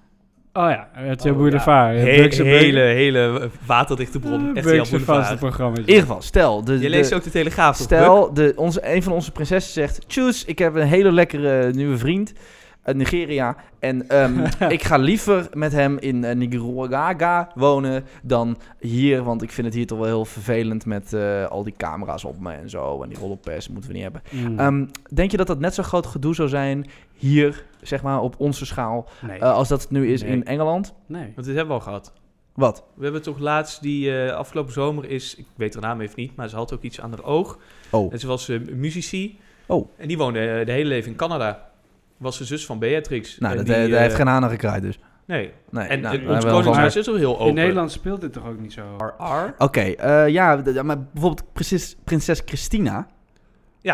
Oh ja, het
Oh,
oh,
ja.
Boulevard.
He-
Beukse-
hele, hele waterdichte bron. Echt heel
Beukse vaste
boulevard.
programma.
In ieder geval, stel... De,
Je leest
de-
ook de Telegraaf, toch, Buk?
Stel, de, onze, een van onze prinsessen zegt... Tjus, ik heb een hele lekkere nieuwe vriend uit Nigeria. En ehm, ik ga liever met hem in eh, Nicaragua wonen dan hier. Want ik vind het hier toch wel heel vervelend met eh, al die camera's op me en zo. En die rollenpers moeten we niet hebben.
Mm.
Mm.
Ehm, denk je dat dat net zo groot gedoe zou zijn hier, zeg maar, op onze schaal...
nee.
eh, als dat het nu is
Nee.
in Engeland?
nee.
Want dit hebben we al gehad.
Wat?
We hebben toch laatst die eh, afgelopen zomer is, ik weet haar naam even niet, maar ze had ook iets aan haar oog.
Oh.
En ze was eh, muzici.
Oh.
En die woonde eh, de hele leven in Canada. Was de zus van Beatrix.
Nou,
En
dat,
die,
eh, daar
eh,
heeft geen haan aan gekraaid dus.
Nee.
Nee,
En
nou,
eh,
wij
ons
hebben wel
koningshuis is er heel open.
In Nederland speelt dit toch ook niet zo?
RR?
Oké, eh, ja, d- ja, maar bijvoorbeeld prinses, prinses
Nou
Christina.
Ja,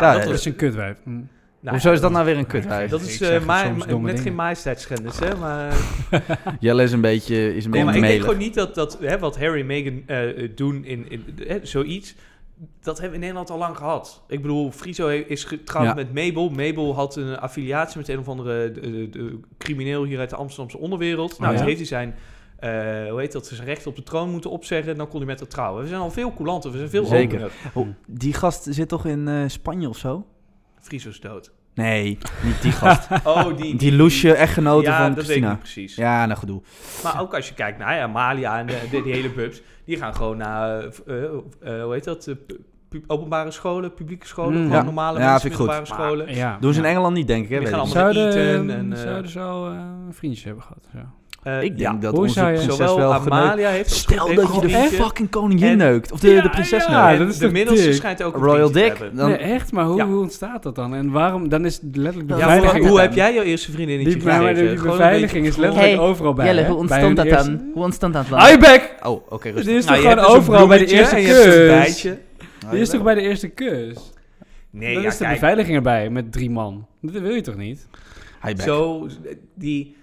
Daar,
dat
eh,
Dat
was...
is een kutwijf. Hm.
nou,
Hoezo is dat nou weer een kutwijf?
Dat is
Ik
eh,
zeg
ma-
soms
ma-
domme
net geen
dingen.
majesteitsschennis, hè? Maar,
Jelle is een beetje, is een
nee, maar
beetje
ik denk
melig.
gewoon niet dat, dat hè, wat Harry en Meghan eh, eh, doen in, in eh, zoiets... Dat hebben we in Nederland al lang gehad. Ik bedoel, Friso he- is getrouwd
Ja.
met Mabel. Mabel had een affiliatie met een of andere eh, eh, eh, crimineel hier uit de Amsterdamse onderwereld. Nou,
Oh,
dus
ja?
heeft hij zijn, eh, hoe heet dat, zijn recht op de troon moeten opzeggen. Dan kon hij met haar trouwen. We zijn al veel coulanter, we zijn veel
Zeker.
opener.
Oh, die gast zit toch in eh, Spanje of zo?
Friso is dood.
Nee, niet die gast.
Oh, die...
die loesje echtgenote
ja,
van
dat weet ik
Christina.
niet precies.
Ja, nou gedoe.
Maar ook als je kijkt naar ja, Malia en de, de- die hele pubs, die gaan gewoon naar, eh, v- eh, eh, hoe heet dat, Eh, pu- pu- openbare scholen, publieke scholen,
Mm.
gewoon
Ja.
normale
Ja,
mensen,
vind ik goed.
middelbare scholen.
Ja.
Doen ze
ja.
in Engeland niet, denk ik. Hè,
Die
weet
gaan
ik.
allemaal-
Zouden,
Eten en, eh,
zouden ze al eh, vriendjes hebben gehad? Ja.
Eh,
Ik denk
ja,
dat
Hoe
onze
zou je-
prinses
zowel
wel geneukt-
Amalia heeft... als goed
Stel
heeft
dat je de
gediend.
fucking koningin
En-
neukt. Of de,
Ja,
de prinses nou,
ja,
neukt.
en
dat is
de
toch
middelste
dik?
schijnt ook een
Royal
vriendje te
Dick.
hebben.
Dan,
nee, echt, maar hoe,
Ja.
hoe ontstaat dat dan? En waarom? Dan is het letterlijk de
Ja,
Ja, maar
beveiliging.
hoe heb jij jouw eerste vriendin in
Die, maar de- die beveiliging is letterlijk
Hey,
overal bij. hè? Bij hun eerste-
Hoe ontstond dat
Hou je bek!
Oh, oké,
Dit
rustig.
is
Nou,
toch
dus
dus
gewoon overal bij de eerste kus? Dit is toch bij de eerste kus?
Nee,
dan
ja,
is de
kijk,
beveiliging erbij met drie man. Dat wil je toch niet?
Hi back.
zo, die...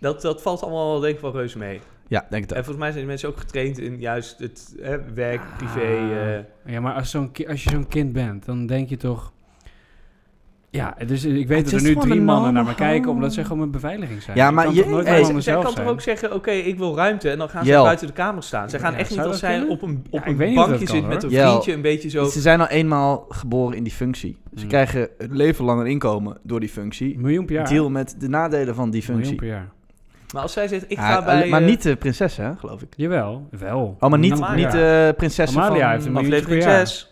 Dat, dat valt allemaal wel denk ik wel reuze mee.
Ja, denk het
En
ook.
volgens mij zijn die mensen ook getraind in juist het hè, werk, privé.
Ah.
eh.
Ja, maar als, zo'n ki- als je zo'n kind bent, dan denk je toch... Ja, dus ik weet
I
dat er
just
nu
wanna
drie
know
mannen naar me
how-
kijken omdat ze gewoon met beveiliging zijn.
Ja,
Ik
maar
kan
je-
toch nooit
hey,
meer
ze-
van
zij
mezelf
kan toch
zijn?
ook zeggen, oké, ik wil ruimte. En dan gaan ze
Jel.
buiten de kamer staan. Zij gaan
Ja,
echt niet
zou
als
dat
zij
kunnen?
op een, op
ik
een
weet niet of
bankje
dat
zit
kan,
met een
hoor. Jel.
vriendje. Een beetje zo...
Ze zijn al eenmaal geboren in die functie. Ze
Hmm.
krijgen een leven lang een inkomen door die functie.
Miljoen per jaar.
Deal met de nadelen van die
Miljoen
functie.
per jaar.
Maar als zij zegt, ik
Ja,
ga
alle-
bij...
maar
eh,
niet de prinses, hè, geloof ik.
Jawel, wel.
Oh, maar niet,
Amalia.
niet de prinses
Amalia
van...
heeft een miljoen.
aflevering
per jaar.
6.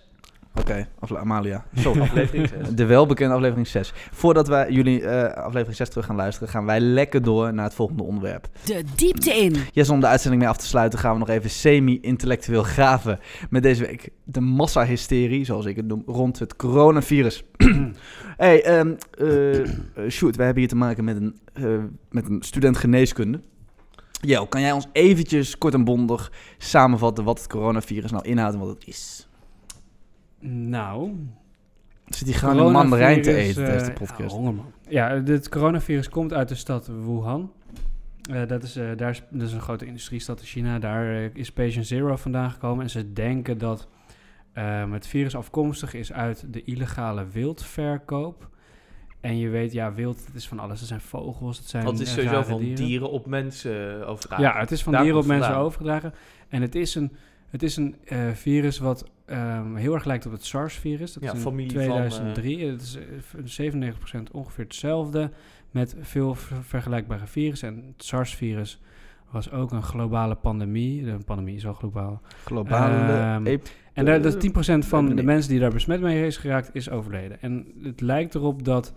Oké, afle- Amalia. Sorry.
Aflevering 6.
De welbekende aflevering 6. Voordat wij jullie eh, aflevering 6 terug gaan luisteren, gaan wij lekker door naar het volgende onderwerp.
De diepte in.
Yes, om de uitzending mee af te sluiten gaan we nog even semi-intellectueel graven met deze week de massahysterie, zoals ik het noem, rond het coronavirus. hey, ehm eh, eh, Sjoerd, we hebben hier te maken met een, eh, met een student geneeskunde. Jo, kan jij ons eventjes kort en bondig samenvatten wat het coronavirus nou inhoudt en wat het is?
Nou,
Zit hij gewoon een mandarijn te
Coronavirus,
eten tijdens de
eh,
podcast?
Ja, honger, man. Ja, dit coronavirus komt uit de stad Wuhan. Eh, dat, is, eh, daar is, dat is een grote industriestad in China. Daar eh, is patient zero vandaan gekomen. En ze denken dat ehm, het virus afkomstig is uit de illegale wildverkoop. En je weet, ja, wild, het is van alles. Het zijn vogels, het zijn
Want het is
eh,
sowieso
rare
van
dieren.
dieren. op mensen eh, overdragen.
Ja, het is van
Daar
dieren op
komt het
mensen
vandaan.
overgedragen. En het is een, het is een eh, virus wat ehm, heel erg lijkt op het SARS-virus. Dat
Ja,
is in
familie van,
2003. Het is eh, v- 97% ongeveer hetzelfde. Met veel ver- vergelijkbare virussen. En het SARS-virus was ook een globale pandemie. De pandemie is al globaal.
Globale
Ehm,
ep-
En daar, dat 10%
eh,
van
nee.
de mensen die daar besmet mee is geraakt, is overleden. En het lijkt erop dat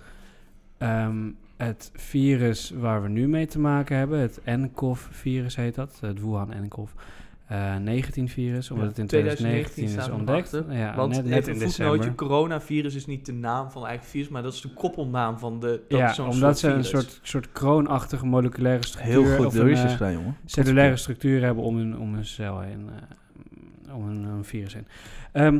ehm, het virus waar we nu mee te maken hebben, het NCOV-virus heet dat, het Wuhan-NCOV. 19-virus, eh, omdat
Ja,
het in
2019
2019 is
staat
ontdekt.
erachter,
Ja,
Want
net, net
even
in
een voetnootje,
december.
coronavirus is niet de naam van het eigen virus, maar dat is de koppelnaam van de... Dat is
Ja,
zo'n
omdat ze
soort
een
virus.
soort, soort kroonachtige moleculaire structuur
heel goed dus
of
door
een,
research
eh,
gedaan, jongen.
cellulaire structuur hebben om een, om een cel heen, eh, om een, een virus heen. Ehm,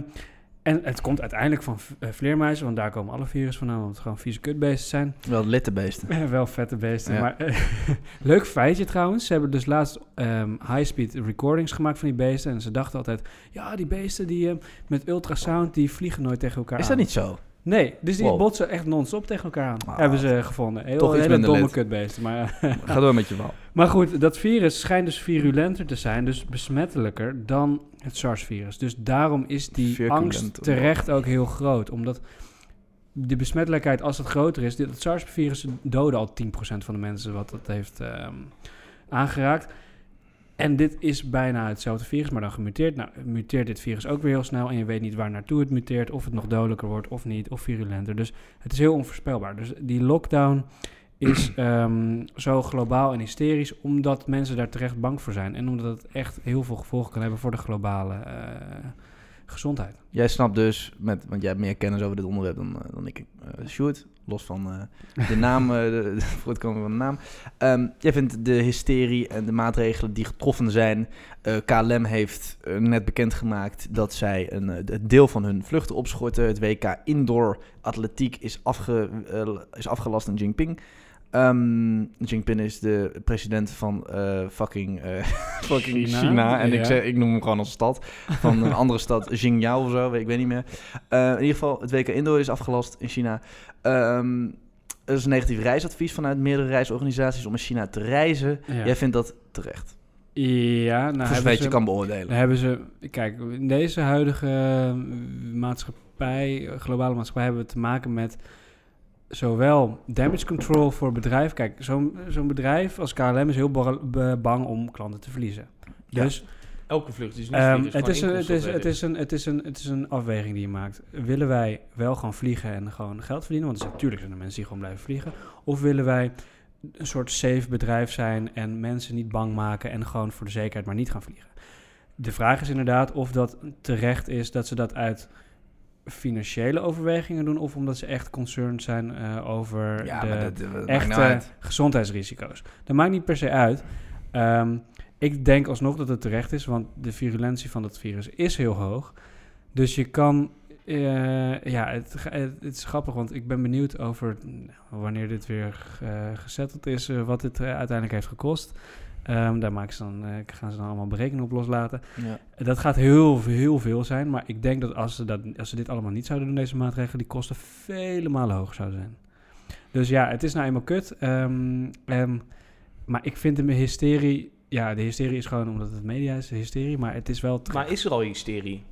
en het komt uiteindelijk van v- eh, vleermuizen, want daar komen alle virussen vandaan, omdat het gewoon vieze kutbeesten zijn.
Wel littenbeesten.
Eh, Wel vette beesten.
Ja.
Maar, eh, leuk feitje trouwens. Ze hebben dus laatst ehm, high-speed recordings gemaakt van die beesten. En ze dachten altijd, ja, die beesten die, eh, met ultrasound, die vliegen nooit tegen elkaar
Is
aan.
dat niet zo?
Nee, dus die
Wow.
botsen echt non-stop tegen elkaar aan.
Ah,
hebben ze gevonden. Heel,
toch iets
hele
minder
domme
lid.
kutbeesten. Maar,
Ga door met je verhaal.
maar goed, dat virus schijnt dus virulenter te zijn, dus besmettelijker dan het SARS-virus. Dus daarom is die
Virulent,
angst
hoor.
terecht ook heel groot, omdat de besmettelijkheid, als het groter is, dit- het SARS-virus doodde al 10% van de mensen wat dat heeft ehm, aangeraakt. En dit is bijna hetzelfde virus, maar dan gemuteerd. Nou, muteert dit virus ook weer heel snel en je weet niet waar naartoe het muteert, of het nog dodelijker wordt of niet, of virulenter. Dus het is heel onvoorspelbaar. Dus die lockdown is ehm, zo globaal en hysterisch omdat mensen daar terecht bang voor zijn. En omdat het echt heel veel gevolgen kan hebben voor de globale eh, gezondheid.
Jij snapt dus, met, want jij hebt meer kennis over dit onderwerp dan, eh, dan ik, eh Sjoerd. Los van eh, de naam, eh, de, de voortkoming van de naam. Ehm, jij vindt de hysterie en de maatregelen die getroffen zijn. eh, KLM heeft eh, net bekendgemaakt dat zij een eh, het deel van hun vluchten opschorten. Het WK Indoor Atletiek is, afge, eh, is afgelast aan Jinping. Ehm Jinping is de president van eh, fucking, eh, fucking
China,
China. En
ja.
ik, zeg, ik noem hem gewoon als stad. Van een andere stad, Xinjiang of zo, weet- ik weet niet meer. Eh, in ieder geval, het WK Indoor is afgelast in China. Ehm, er is een negatief reisadvies vanuit meerdere reisorganisaties om in China te reizen.
Ja, Nou,
Jij vindt dat terecht.
ja nou,
Voor
hebben
zover je
ze-
het kan beoordelen.
Dan hebben ze, kijk, in deze huidige eh, maatschappij, eh, globale maatschappij, hebben we te maken met zowel damage control voor bedrijf. Kijk, zo'n zo'n bedrijf als KLM is heel ba- be- bang om klanten te verliezen.
Ja.
Dus
Elke vlucht is niet
ehm,
vliegen,
het, is een,
gewoon dus.
het, is, het, is
inkomstenverlies.
een, het, is een, het is een afweging die je maakt. Willen wij wel gewoon vliegen en gewoon geld verdienen? Want er zijn- natuurlijk zijn er mensen die gewoon blijven vliegen. Of willen wij een soort safe bedrijf zijn en mensen niet bang maken en gewoon voor de zekerheid maar niet gaan vliegen? De vraag is inderdaad of dat terecht is dat ze dat uit financiële overwegingen doen of omdat ze echt concerned zijn eh, over de,
dat maakt
echte
nou uit.
eh, gezondheidsrisico's. Dat maakt niet per se uit. Ehm, ik denk alsnog dat het terecht is, want de virulentie van dat virus is heel hoog. Dus je kan. eh, ja, het, ga- het is grappig, want ik ben benieuwd over nou, wanneer dit weer eh gezetteld is, eh, wat dit eh, uiteindelijk heeft gekost. Ehm, daar maken ze dan, eh, gaan ze dan allemaal berekeningen op loslaten.
Ja.
Dat gaat heel, heel veel zijn, maar ik denk dat als, ze dat als ze dit allemaal niet zouden doen, deze maatregelen, die kosten vele malen hoger zouden zijn. Dus ja, het is nou eenmaal kut. ehm, ehm, maar ik vind de hysterie, ja, de hysterie is gewoon omdat het media is, de hysterie, maar het is wel... terecht.
Maar is er al hysterie?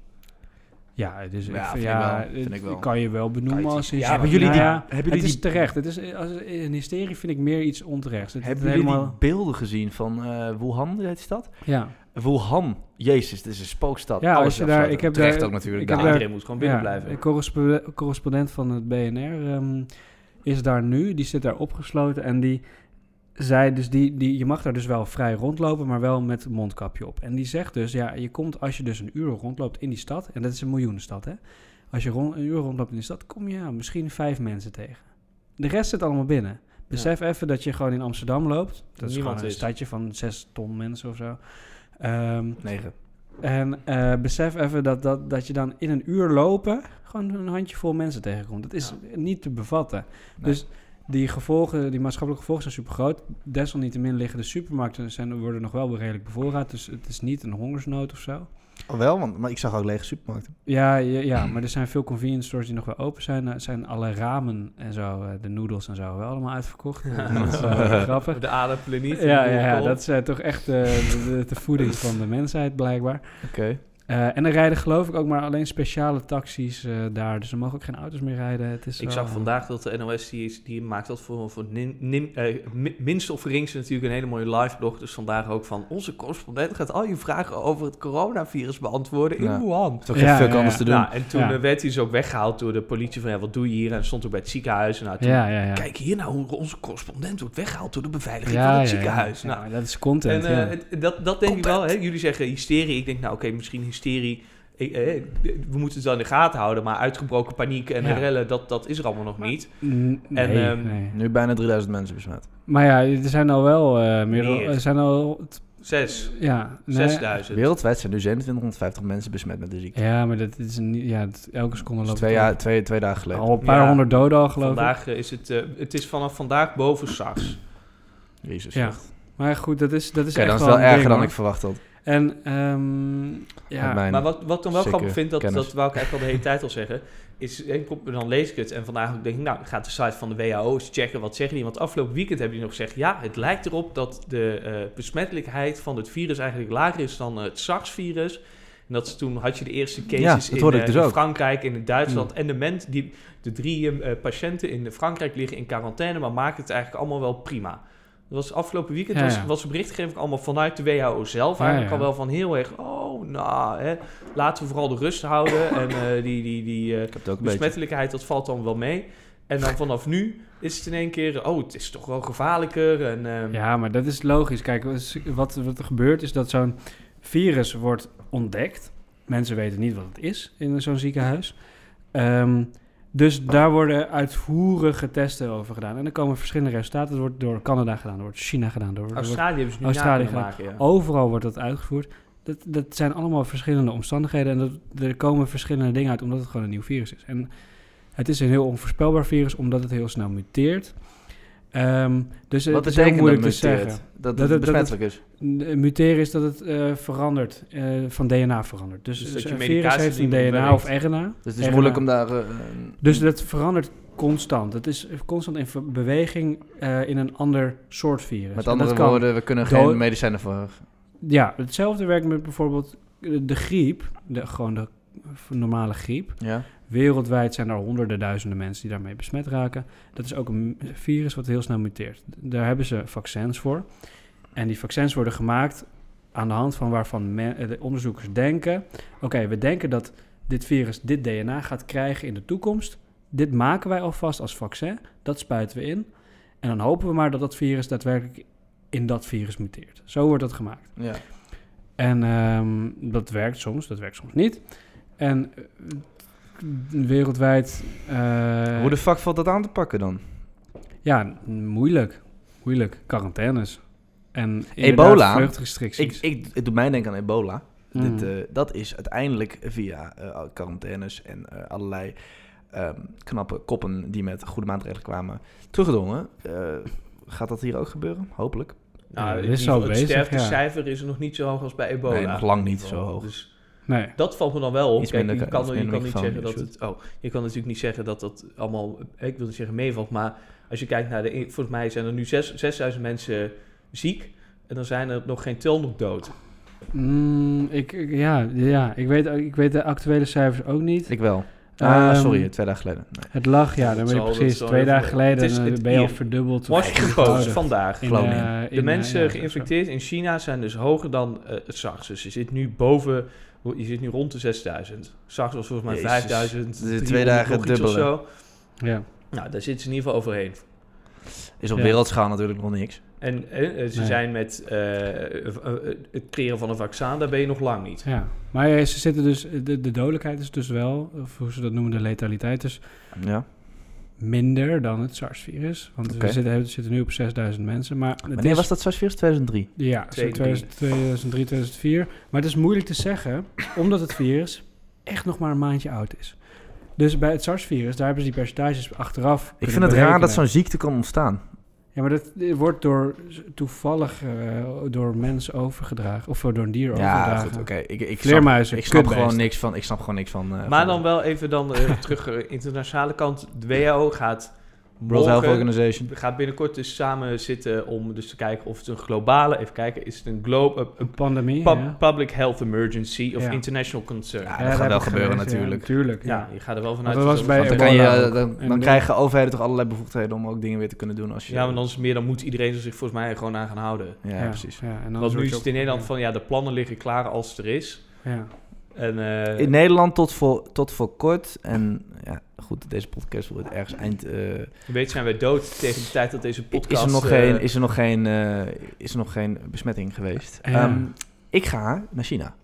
Ja, dus
Ja,
ik-
vind ik
ja,
wel, vind
het
ik wel.
kan je wel benoemen
Kan je-
als
Ja,
hysterie.
hebben jullie
Nou
die-
ja,
hebben
het
jullie
is
die-
terecht. Het is, als, een hysterie vind ik meer iets onterechts. Het,
Hebben
het
jullie
helemaal,
die beelden gezien van eh Wuhan, heet die stad?
Ja,
Wuhan. Jezus, dit is een spookstad.
Ja,
Alles
als je
is
daar-
afgesloten.
ik heb
Terecht
daar-
ook natuurlijk. nou,
ik heb
daar.
daar-
Iedereen moet gewoon binnen
Ja,
blijven.
een corresponde- correspondent van het BNR ehm, is daar nu. Die zit daar opgesloten en die zei dus die, die je mag daar dus wel vrij rondlopen, maar wel met mondkapje op. En die zegt dus ja, je komt als je dus een uur rondloopt in die stad en dat is een miljoenenstad hè. Als je rond, een uur rondloopt in die stad, kom je ja, misschien vijf mensen tegen. De rest zit allemaal binnen. Besef even dat je gewoon in Amsterdam loopt. Dat is
Niemand
gewoon een
is.
stadje van zes ton mensen of zo. Ehm,
Negen.
en eh, besef even dat, dat, dat je dan in een uur lopen gewoon een handjevol mensen tegenkomt. Dat is niet te bevatten.
Nee.
Dus die gevolgen, die maatschappelijke gevolgen zijn super groot. Desalniettemin liggen de supermarkten zijn, worden nog wel redelijk bevoorraad. Dus het is niet een hongersnood of zo.
Oh, wel, want, maar ik zag ook lege supermarkten.
Ja, ja, ja, maar er zijn veel convenience stores die nog wel open zijn. Er zijn alle ramen en zo, eh, de noedels en zo, wel allemaal uitverkocht. dat is wel grappig.
De aardappelen
Ja,
niet. de
ja, ja,
boerenkool.
dat is eh, toch echt eh, de- de- de voeding van de mensheid blijkbaar.
Oké.
Eh, en er rijden geloof ik ook maar alleen speciale taxis eh, daar. Dus er mogen ook geen auto's meer rijden. Het is
Ik
wel,
zag
eh,
vandaag dat de NOS, die, is- die maakt dat voor, voor nin, nin- eh, mi- minst of geringste natuurlijk een hele mooie live blog. Dus vandaag ook van onze correspondent gaat al je vragen over het coronavirus beantwoorden in
Ja.
Wuhan.
Toch geen
Ja,
fuck
ja,
anders
ja.
te doen.
Nou, en toen
Ja.
eh, werd hij dus ook weggehaald door de politie van ja, wat doe je hier? En stond ook bij het ziekenhuis. En nou, toen,
Ja, ja, ja.
Kijk hier nou hoe onze correspondent wordt weggehaald door de beveiliging
Ja,
van het
ja, ja.
ziekenhuis.
Ja,
Nou,
maar dat is content.
en
ja.
eh, het- dat, dat denk ik wel. Hè? Jullie zeggen hysterie. Ik denk, nou oké, misschien hysterie. Ik- eh, we moeten het wel in de gaten houden. Maar uitgebroken paniek en
Ja.
rellen, dat, dat is er allemaal nog niet.
N- nee,
ehm,
nee.
Nu bijna 3000 mensen besmet.
Maar ja, er zijn al wel eh meer.
Meer.
Er zijn al. t-
Zes.
Ja, nee.
6000.
Wereldwijd zijn nu 2750 mensen besmet met de ziekte.
Ja, maar dat is niet. Ja, dat- elke seconde
Dus
loopt.
twee,
het
jaar,
op.
twee, twee dagen geleden.
Al een paar
Ja.
honderd doden al, geloof ik.
Vandaag eh, is het, eh, het is vanaf vandaag boven SARS.
Jezus.
Ja.
echt. Oké,
Maar goed, dat is, dat is echt
dat is
wel
wel
een
erger
ding,
dan
hoor.
ik verwacht had.
En ehm, ja,
Met mijn-
Maar wat, wat ik dan wel
Zeker,
grappig vind, dat,
kennis.
dat wou ik eigenlijk al de hele tijd al zeggen, is eh, ik pro- dan lees ik het en vandaag ook denk ik, nou, ik ga de site van de WHO eens checken, wat zeggen die? Want afgelopen weekend hebben die nog gezegd, ja, het lijkt erop dat de eh, besmettelijkheid van het virus eigenlijk lager is dan eh, het SARS-virus. En dat ze toen had je de eerste
Ja,
cases
dat
in,
hoorde ik
eh,
dus
in
ook. Mm.
Frankrijk en in Duitsland. En de, men, die, de drie eh, patiënten in Frankrijk liggen in quarantaine, maar maken het eigenlijk allemaal wel prima. Dat was afgelopen weekend
Ja,
was,
ja.
was de berichtgeving allemaal vanuit de WHO zelf
Ja,
eigenlijk
ja.
al wel van heel erg, oh, nou, hè, laten we vooral de rust houden en eh, die, die, die eh,
Ik heb het ook een beetje.
besmettelijkheid, dat valt dan wel mee. En dan vanaf nu is het in één keer, oh, het is toch wel gevaarlijker en... ehm,
Ja, maar dat is logisch. Kijk, wat, wat er gebeurt is dat zo'n virus wordt ontdekt. Mensen weten niet wat het is in zo'n ziekenhuis. Ehm, Dus daar worden uitvoerige testen over gedaan. En er komen verschillende resultaten. Dat wordt door Canada gedaan, door China gedaan, door, door
Australië hebben ze nu
Australië Oh,
na kunnen maken, ja.
Overal wordt dat uitgevoerd. Dat, dat zijn allemaal verschillende omstandigheden en dat, er komen verschillende dingen uit omdat het gewoon een nieuw virus is. En het is een heel onvoorspelbaar virus omdat het heel snel muteert. Ehm, dus
Wat
het is heel
eh, betekent
moeilijk
dat
te
muteert?
zeggen.
Dat het
dat het-
besmettelijk is.
N- Muteren is dat het eh, verandert, eh, van DNA verandert. Dus,
Dus
dus
dat je
een virus
medicatie
heeft een
die niet
DNA of
werkt. Mm.
RNA.
Dus het is
RNA.
moeilijk om daar... eh, een-
Dus dat verandert constant. Het is constant in ver- beweging eh, in een ander soort virus.
met
En
andere
dat kan.
woorden, we kunnen
Dood-
geen medicijnen voor...
Ja, hetzelfde werkt met bijvoorbeeld eh, de griep, de, gewoon de eh, normale griep.
Ja.
Wereldwijd zijn er honderden duizenden mensen die daarmee besmet raken. Dat is ook een virus wat heel snel muteert. Daar hebben ze vaccins voor. En die vaccins worden gemaakt aan de hand van waarvan men- eh, de onderzoekers denken... oké, we denken dat dit virus dit DNA gaat krijgen in de toekomst. Dit maken wij alvast als vaccin. Dat spuiten we in. En dan hopen we maar dat dat virus daadwerkelijk in dat virus muteert. Zo wordt dat gemaakt.
ja.
En ehm, dat werkt soms, dat werkt soms niet. En eh, wereldwijd. eh,
Hoe de fuck valt dat aan te pakken dan?
Ja, moeilijk. Moeilijk. Quarantaines. En
Ebola.
inderdaad
Ik,
Vluchtrestricties.
ik, het doet mij denken aan ebola.
Mm.
Dit, eh, dat is uiteindelijk via eh, quarantaines en eh, allerlei ehm, knappe koppen die met goede maatregelen kwamen teruggedrongen. Eh, gaat dat hier ook gebeuren? Hopelijk.
Ja,
Nou,
dit
in
is
ieder
al
geval,
bezig,
het sterftecijfer
ja.
is nog niet zo hoog als bij ebola.
Nee, nog lang niet
In ieder
zo
geval.
hoog.
Dus
Nee.
Dat valt me dan wel op.
Iets
Kijk,
minder
je kan,
iets
je
minder
kan niet
microfoon,
zeggen dat het. Oh, je kan natuurlijk niet zeggen dat dat allemaal. Ik wil niet zeggen meevalt, maar als je kijkt naar de. Volgens mij zijn er nu zes- 6000 mensen ziek. En dan zijn er nog geen 200 dood.
Mm, ik, ik- ja, ja. Ik, weet, ik weet de actuele cijfers ook niet.
Ik wel. ah,
Ehm,
sorry, twee dagen geleden. Nee.
Het lag, ja, dan
Dat
ben je
zal- dat
precies
zal
twee
heel
dagen
veel-
geleden.
Het is-
dan
het-
ben je al
hier.
verdubbeld. of
Washington Post
verdubbeld.
vandaag.
In,
Groningen.
eh, in,
De
eh,
mensen
ja,
geïnfecteerd in China zijn dus hoger dan eh, het SARS. Dus je zit nu boven, je zit nu rond de 6000. SARS was volgens mij
Jezus.
5000.
Dus twee dagen
nog iets of
dubbele.
zo.
Ja.
Nou, daar zitten ze in ieder geval overheen.
Is op
ja.
wereldschaal natuurlijk nog niks.
En eh, eh, ze
Nee.
zijn met eh, eh, eh, het creëren van een vaccin, daar ben je nog lang niet.
Ja, maar eh, ze zitten dus, de, de dodelijkheid is dus wel, of hoe ze dat noemen, de letaliteit is
Ja.
minder dan het SARS-virus. Want
Oké.
we zitten, we zitten nu op 6000 mensen. Maar het
Wanneer
is-
was dat SARS-virus? 2003.
Ja, zo
2003.
2003, 2004. Maar het is moeilijk te zeggen, omdat het virus echt nog maar een maandje oud is. Dus bij het SARS-virus, daar hebben ze die percentages achteraf.
Ik
kunnen
vind het raar
berekenen.
dat zo'n ziekte kan ontstaan.
Ja, maar dat eh, wordt door toevallig eh, door mens overgedragen. Of door een dier
Ja,
overgedragen.
goed, oké. Ik, ik, snap,
Vleermuizen,
ik snap gewoon
kutbeesten.
niks van. Ik snap gewoon niks van. eh,
Maar
van
dan wel even dan eh, terug eh, internationale kant. De WHO gaat
World Health
morgen,
Organization.
gaat binnenkort dus samen zitten om dus te kijken of het een globale, even kijken, is het een, glo- eh, een
Een pandemie,
pub-
ja.
public health emergency of
Ja.
international concern.
Ja,
Ja,
dat gaat
heb
wel
ik
gebeuren
gelezen, ja,
natuurlijk.
natuurlijk, ja.
je gaat er wel
Want
vanuit.
dat was bij
Want dan,
Ebola
kan je, eh,
ook.
dan, dan
En-
krijgen overheden toch allerlei bevoegdheden om ook dingen weer te kunnen doen als je...
Ja, want dan is het meer, dan moet iedereen er zich volgens mij gewoon aan gaan houden.
Ja,
Ja,
precies.
Ja, en anders
Want
word
nu is
je
het
ook-
in Nederland van, ja, de plannen liggen klaar als het er is.
Ja.
En, eh,
In Nederland tot voor, tot voor kort. En ja, goed, deze podcast wordt ergens eind... eh,
Wie weet zijn wij dood tegen de tijd dat deze podcast...
is, er nog
eh,
geen, is, er nog geen, eh, is er nog geen besmetting geweest?
Ja.
Ehm, ik ga naar China.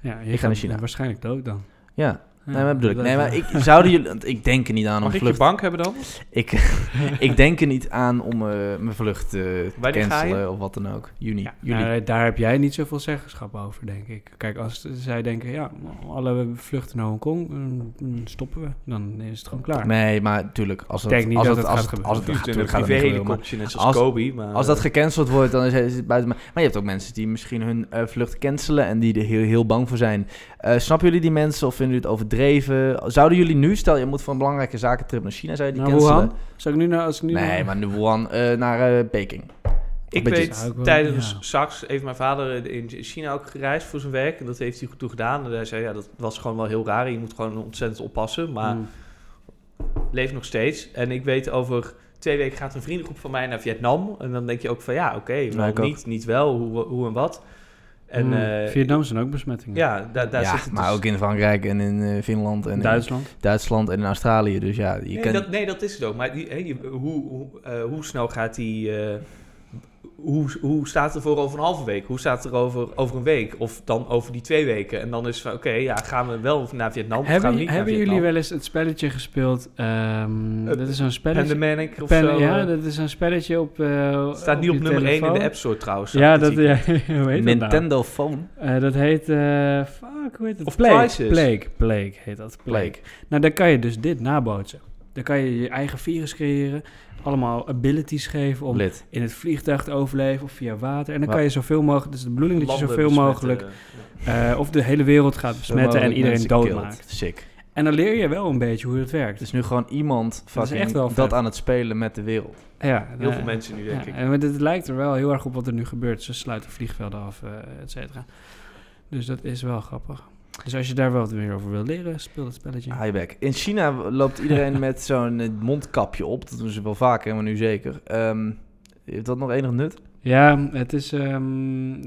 Ja, je
Ik ga
gaat
naar China.
Waarschijnlijk dood dan.
Ja,
Ja,
nee, maar bedoel ik.
dat-
Nee, maar ik, zouden jullie... want Ik denk er niet aan om
Mag ik je
vlucht...
bank hebben dan?
Ik, ik denk er niet aan om eh, mijn vlucht eh, te
Wanneer ga je?
cancelen of wat dan ook. Juni.
Ja,
juli.
nou, daar heb jij niet zoveel zeggenschap over, denk ik. Kijk, als zij denken, ja, alle vluchten naar Hongkong, mm, mm, stoppen we. Dan is het gewoon klaar.
Nee, maar natuurlijk. Als het,
denk niet
als
dat
het,
het
als
gaat
het,
gebeuren.
als het,
Natuurlijk
natuurlijk
een
gaat het niet gebeuren, maar-
privéhelikoptertje, net zoals
als-
Kobe. Maar,
Als dat gecanceld wordt, dan is is het buiten. Maar je hebt ook mensen die misschien hun eh, vlucht cancelen en die er heel, heel bang voor zijn. Eh, snappen jullie die mensen of vinden jullie het overdreven? Zouden jullie nu, stel je moet voor een belangrijke zakentrip naar China, zou je die
Naar
cancelen?
Wuhan? Zou ik nu nou, als ik nu
Nee,
nou-
maar nu Wuhan eh, naar eh, Peking.
ik
Beetje-
Zou ik
weet,
wel-
tijdens
ja.
SARS heeft mijn vader in China ook gereisd voor zijn werk. En dat heeft hij goed gedaan. En hij zei, ja, dat was gewoon wel heel raar. Je moet gewoon ontzettend oppassen. Maar
Mm.
leeft nog steeds. En ik weet over twee weken gaat een vriendengroep van mij naar Vietnam. En dan denk je ook van, ja, oké, waarom
ik ook.
niet, niet wel, hoe, hoe en wat. En
Mm.
eh,
Vietnam zijn ook besmettingen.
ja, daar, daar
ja,
zit het
maar
dus-
ook in Frankrijk en in eh, Finland en in
Duitsland.
Duitsland en in Australië. Dus ja, je
nee,
kan...
dat, nee, dat is het ook. Maar die, hè, je- hoe, hoe, eh, hoe snel gaat die eh, hoe, hoe staat het er voor over een halve week? Hoe staat het er over, over een week? Of dan over die twee weken? En dan is het van, oké, ja, gaan we wel naar Vietnam of gaan
hebben
we niet
hebben
naar
jullie
Vietnam?
wel eens het spelletje gespeeld? ehm,
Eh,
dat is zo'n
En de
spelletje.
Manic of
Pen-
zo?
ja,
eh,
dat is zo'n spelletje op. eh,
staat nu op
je
nummer 1 in
telefoon.
de App Store trouwens. zag
Ja,
ik
dat,
dit
ja,
weekend.
hoe heet dat nou?
Nintendo Phone.
Eh, dat heet, eh, fuck, hoe heet het?
Of
Plague.
Crisis.
Plague, Plague heet dat. Plague. Nou, dan kan je dus dit nabootsen. Dan kan je je eigen virus creëren, allemaal abilities geven om
Lid.
in het vliegtuig te overleven of via water. En dan
Ja.
kan je zoveel mogelijk, dus de bedoeling dat je
Landen
zoveel
besmetten,
mogelijk,
eh, ja.
eh, of de hele wereld gaat besmetten en iedereen doodmaakt.
Sick.
En dan leer je wel een beetje hoe dat werkt.
Het
Dus
is nu gewoon iemand
is
fucking
echt wel
dat,
vet.
aan het spelen met de wereld.
ja,
Heel
eh,
veel mensen nu, denk
ja,
ik.
en het, het lijkt er wel heel erg op wat er nu gebeurt. Ze sluiten vliegvelden af, eh et cetera. Dus dat is wel grappig. Dus als je daar wel wat meer over wil leren, speel dat spelletje.
Highback. In China loopt iedereen met zo'n eh, mondkapje op. Dat doen ze wel vaker, maar nu zeker. Ehm, heeft dat nog enig nut?
Ja, het is. ehm,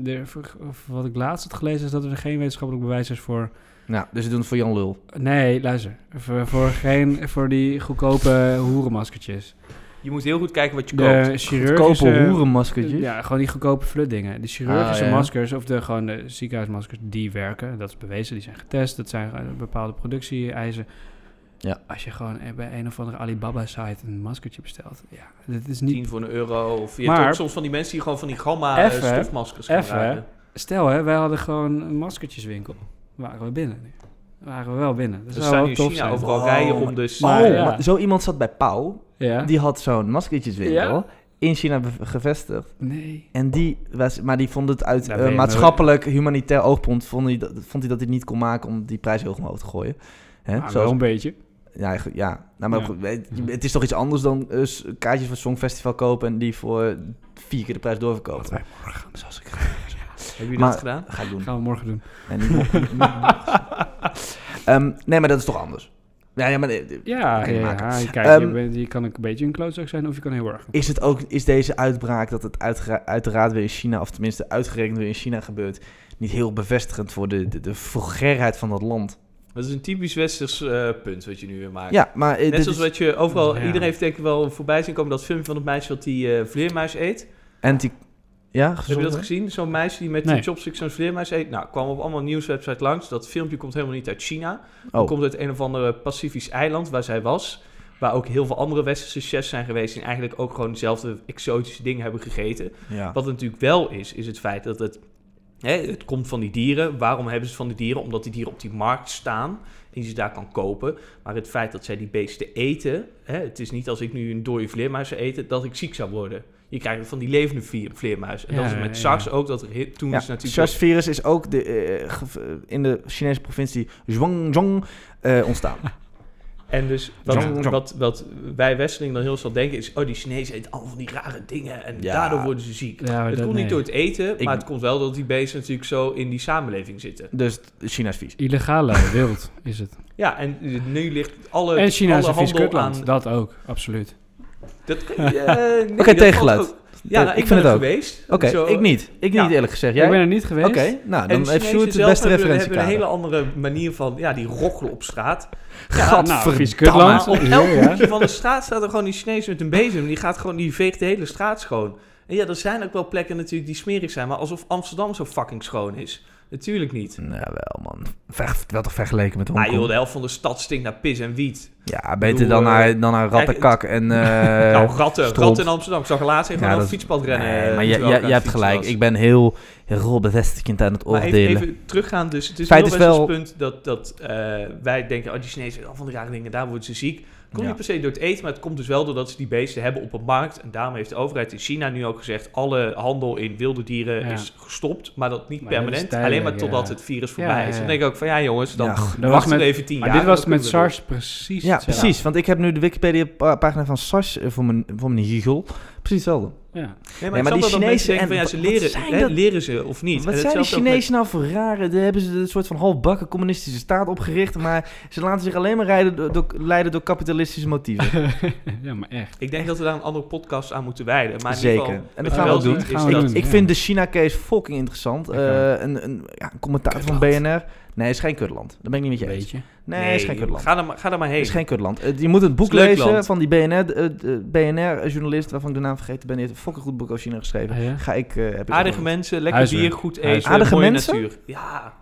de, voor- of wat ik laatst had gelezen is dat er geen wetenschappelijk bewijs is voor.
Nou, dus ze doen het voor Jan Lul.
Nee, luister. Voor, voor, geen, voor die goedkope hoerenmaskertjes.
Je moet heel goed kijken wat je koopt.
De chirurgische.
Goedkope hoerenmaskertjes.
Ja, gewoon die goedkope flutdingen. De chirurgische
Ah, ja.
maskers of de, gewoon de ziekenhuismaskers, die werken. Dat is bewezen, die zijn getest. Dat zijn eh, bepaalde productie-eisen.
Ja.
Als je gewoon eh, bij een of andere Alibaba-site een maskertje bestelt. Ja, dit is niet
10 voor een euro. Of je
Maar-
hebt ook soms van die mensen die gewoon van die gamma eh,
Effe,
stofmaskers gaan
effe.
dragen.
Stel hè, wij hadden gewoon een maskertjeswinkel. Waren we binnen nu. Waren we wel binnen. Dat
Er
zou
staan
wel
nu Dus in
tof
China
zijn.
overal
Wow.
rijen om dus...
Oh,
Maar ja.
maar zo iemand zat bij Pau.
Ja?
Die had zo'n maskertjeswinkel in China be- gevestigd.
Nee.
En die was, maar die vond het uit
Ja,
eh,
nee, maar-
maatschappelijk, humanitair oogpunt, vond hij, dat, vond hij dat hij het niet kon maken om die prijs heel hoog omhoog te gooien. Hè?
Ah, wel
Zoals-
een beetje.
ja, goed, ja. Nou, maar
Ja.
goed, weet- het is toch iets anders dan eh, s- kaartjes van Songfestival kopen en die voor vier keer de prijs doorverkopen.
wij
Zoals ik
Hebben jullie
Maar-
dat gedaan?
ga ik doen.
Gaan we morgen doen.
En niet nog- niet nog- Ehm, nee, maar dat is toch anders. Ja, ja, maar eh,
Ja,
Oké,
ja,
maken.
ja, kijk, je,
Ehm,
bent- je kan ook een beetje een klootzak zijn of je kan heel erg.
Is, het ook, is deze uitbraak dat het uitgera- uiteraard weer in China, of tenminste uitgerekend weer in China gebeurt, niet heel bevestigend voor de, de, de vulgairheid van dat land?
Dat is een typisch westers eh, punt wat je nu weer maakt.
Ja, maar eh, dit
Net zoals
is
wat je overal...
Ja.
Iedereen heeft denk ik wel voorbij zien komen dat filmpje van het meisje dat die eh, vleermuis eet.
anti... Ja,
Heb je
gezond,
dat
hè?
gezien? Zo'n meisje die met
Nee.
een chopstick zo'n vleermuis eet. Nou, kwam op allemaal nieuwswebsites langs. Dat filmpje komt helemaal niet uit China. Het
Oh.
komt uit een of andere Pacifisch eiland waar zij was. Waar ook heel veel andere westerse chefs zijn geweest... die eigenlijk ook gewoon dezelfde exotische dingen hebben gegeten.
Ja.
Wat het natuurlijk wel is, is het feit dat het... Hè, het komt van die dieren. Waarom hebben ze het van die dieren? Omdat die dieren op die markt staan en je ze daar kan kopen. Maar het feit dat zij die beesten eten... Hè, het is niet als ik nu een dode vleermuis zou eten... dat ik ziek zou worden. Je krijgt het van die levende vier- vleermuis. En
Ja,
dat is
ja,
met
ja.
SARS ook. Dat er he- toen
Ja,
is natuurlijk...
SARS-virus is ook de, eh, gev- eh, in de Chinese provincie Zhuangzhong eh, ontstaan.
En dus wat,
Zong, zong.
wat, wat wij Westeling dan heel snel denken is... oh, die Chinezen eten allemaal van die rare dingen... en
Ja.
daardoor worden ze ziek.
Ja, maar
het
dat-
komt niet
nee.
door het eten... maar
Ik-
het komt wel dat die beesten natuurlijk zo in die samenleving zitten.
dus China is vies.
Illegale wereld is het.
Ja, en nu ligt alle,
En China is
alle
een vies
handel
kutland.
aan...
Dat ook, absoluit.
Dat, eh, nee,
Oké,
dat
tegengeluid.
valt ook- Ja, nou, ik,
vind
ben
het
er
ook.
geweest.
Oké,
Zo-
ik niet. Ik
Ja.
niet eerlijk gezegd.
Ik ben
Jij?
er niet geweest.
Oké, nou, dan
En de
heeft
Chinezen
Sjoerd de
zelf
beste
hebben,
referentie.
hebben een hele andere manier van... Ja, die rokkelen op straat.
nou,
Gadverdamme.
vies kutland.
Maar op
Hier,
elk
ja.
hoekje van de straat staat er gewoon die Chinees met een bezem. Die gaat gewoon, die veegt de hele straat schoon. En ja, er zijn ook wel plekken natuurlijk die smerig zijn. Maar alsof Amsterdam zo fucking schoon is. Natuurlijk niet.
Nou wel, man. Ver, wel toch vergeleken met
Maar
Hongkong?
Ah, joh, de helft van de stad stinkt naar pis en wiet.
ja,
bedoel,
beter dan
eh,
naar, dan naar
kijk, het-
rattenkak en... eh,
nou, ratten.
stront.
Ratten in Amsterdam. Ik zag er laatst een gewoon
Ja,
op
dat-
een fietspad rennen.
nee,
eh,
maar jij
terwijl
jij-
ik aan
jij hebt
het fietsen
gelijk.
was.
Ik ben heel rolbevestigend aan het
Maar even,
oordelen.
even teruggaan, dus het is
Feit
een heel
is wel-
wel... punt dat, dat eh, wij denken, oh die Chinezen, oh, van de rare dingen, daar worden ze ziek. Het komt
Ja.
niet per se door het eten, maar het komt dus wel doordat ze die beesten hebben op een markt. En daarom heeft de overheid in China nu ook gezegd, alle handel in wilde dieren
Ja.
is gestopt, maar dat niet
Maar dat is
permanent, alleen
tijdelijk,
maar totdat
ja.
het virus
Ja,
voorbij
ja,
is.
ja.
Dan denk ik ook van, ja jongens, dan
Ja,
wachten
Dat was
we
met,
even tien
maar
jaar.
dit
en
was
dan
met
kunnen we
SARS precies
dus. ja,
hetzelfde.
precies. Want ik heb nu de Wikipedia-pagina van SARS eh, voor mijn, voor mijn giegel. Precies hetzelfde.
Ja.
door. Nee, maar,
maar
ik snap
die
wel dat mensen
Chinezen
denken van, ja,
en
ze
wat- wat
leren,
zijn
hè,
dat-
leren ze of niet.
Wat
En
zijn die
hetzelfde ook met-
Chinezen nou voor rare? Daar hebben ze een soort van halfbakken communistische staat opgericht. Maar ze laten zich alleen maar rijden door, door- leiden door kapitalistische motieven.
ja, maar echt.
Ik denk dat we daar een andere podcast aan moeten wijden. Maar in ieder
Zeker.
geval,
En dat
wat
gaan we
wel
ook doen.
ziet is
Gaan we
dat-
doen.
Ik
Ja.
vind de China-case fucking interessant.
Nou, Ik
Eh, een een, ja, een commentaar van BNR. Nee, is geen kuddeland. Dat ben ik niet met je eens.
Beetje.
Nee, is geen kuddeland.
Ga er, maar- ga er maar heen.
is geen kuddeland. Eh, je moet het boek
Is leuk
lezen
land.
van die eh, BNR-journalist, waarvan ik de naam vergeten ben. Die heeft een fucking goed boek als je nou geschreven.
Ah, ja?
Ga ik, eh, heb ik
Aardige
ook.
mensen, lekker
Huiswerk.
bier, goed eten,
Aardige
mooie
mensen?
natuur. Ja.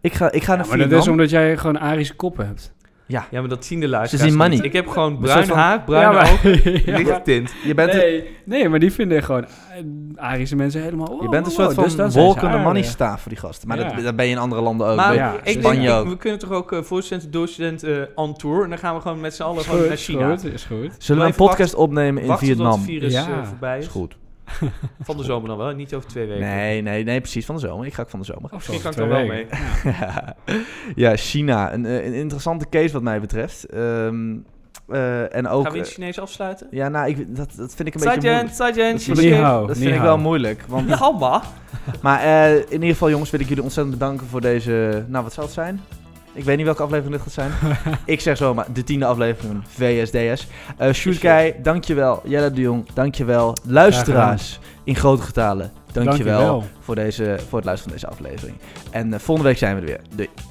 Ik ga, ik ga naar
maar dat
Vietnam.
is omdat jij gewoon Arische kop hebt.
ja, maar dat zien de
Ze
luisteraars
zien money. Oh,
niet. Ik heb gewoon
Een soort
bruin
van-
haar, bruine
Ja, maar-
ogen,
Ja,
licht
maar-
tint.
Je bent,
nee, nee, maar die vinden gewoon eh, Arische mensen helemaal... wow,
je bent een
wow,
soort van
wow, dus dan zijn ze
wolkende
aardig.
mannistaaf voor die gasten. Maar
Ja.
dat, dat ben je in andere landen ook.
Maar
Ben-
ja,
ik denk,
Spanje
ik-
ook.
we kunnen toch ook eh, voorstudenten, doorstudenten eh on tour. En dan gaan we gewoon met z'n allen
Is
gewoon naar
goed,
China.
is goed, is goed.
Zullen we een
Even wachten-
podcast opnemen in
Wachten tot
Vietnam?
het virus
Ja.
eh, voorbij is.
Is goed.
Van de zomer dan wel, niet over twee weken.
Nee, nee, nee, precies. Van de zomer. Oh, Ik ga ook van de zomer.
Of
Misschien kan ik
twee
er wel
weken.
mee.
ja, China. Een, eh, een interessante case wat mij betreft. Ehm, eh, en ook...
Gaan we in
eh,
het Chinees afsluiten?
ja, nou, ik, dat, dat vind ik een beetje
Sergeant,
moeilijk.
sergeant,
Dat
Ni
vind ik,
hao,
dat
ni
vind ik
hao.
wel moeilijk. Want,
Gamma.
maar eh, in ieder geval, jongens, wil ik jullie ontzettend bedanken voor deze... Nou, wat zal het zijn? Ik weet niet welke aflevering dit gaat zijn. ik zeg zomaar de tiende aflevering van VSDS. Eh Sjoerdkei, dankjewel. Jelle de Jong, dankjewel. Luisteraars in grote getalen, dankjewel.
Dankjewel.
voor, deze, voor het luisteren van deze aflevering. En eh, volgende week zijn we er weer. Doei.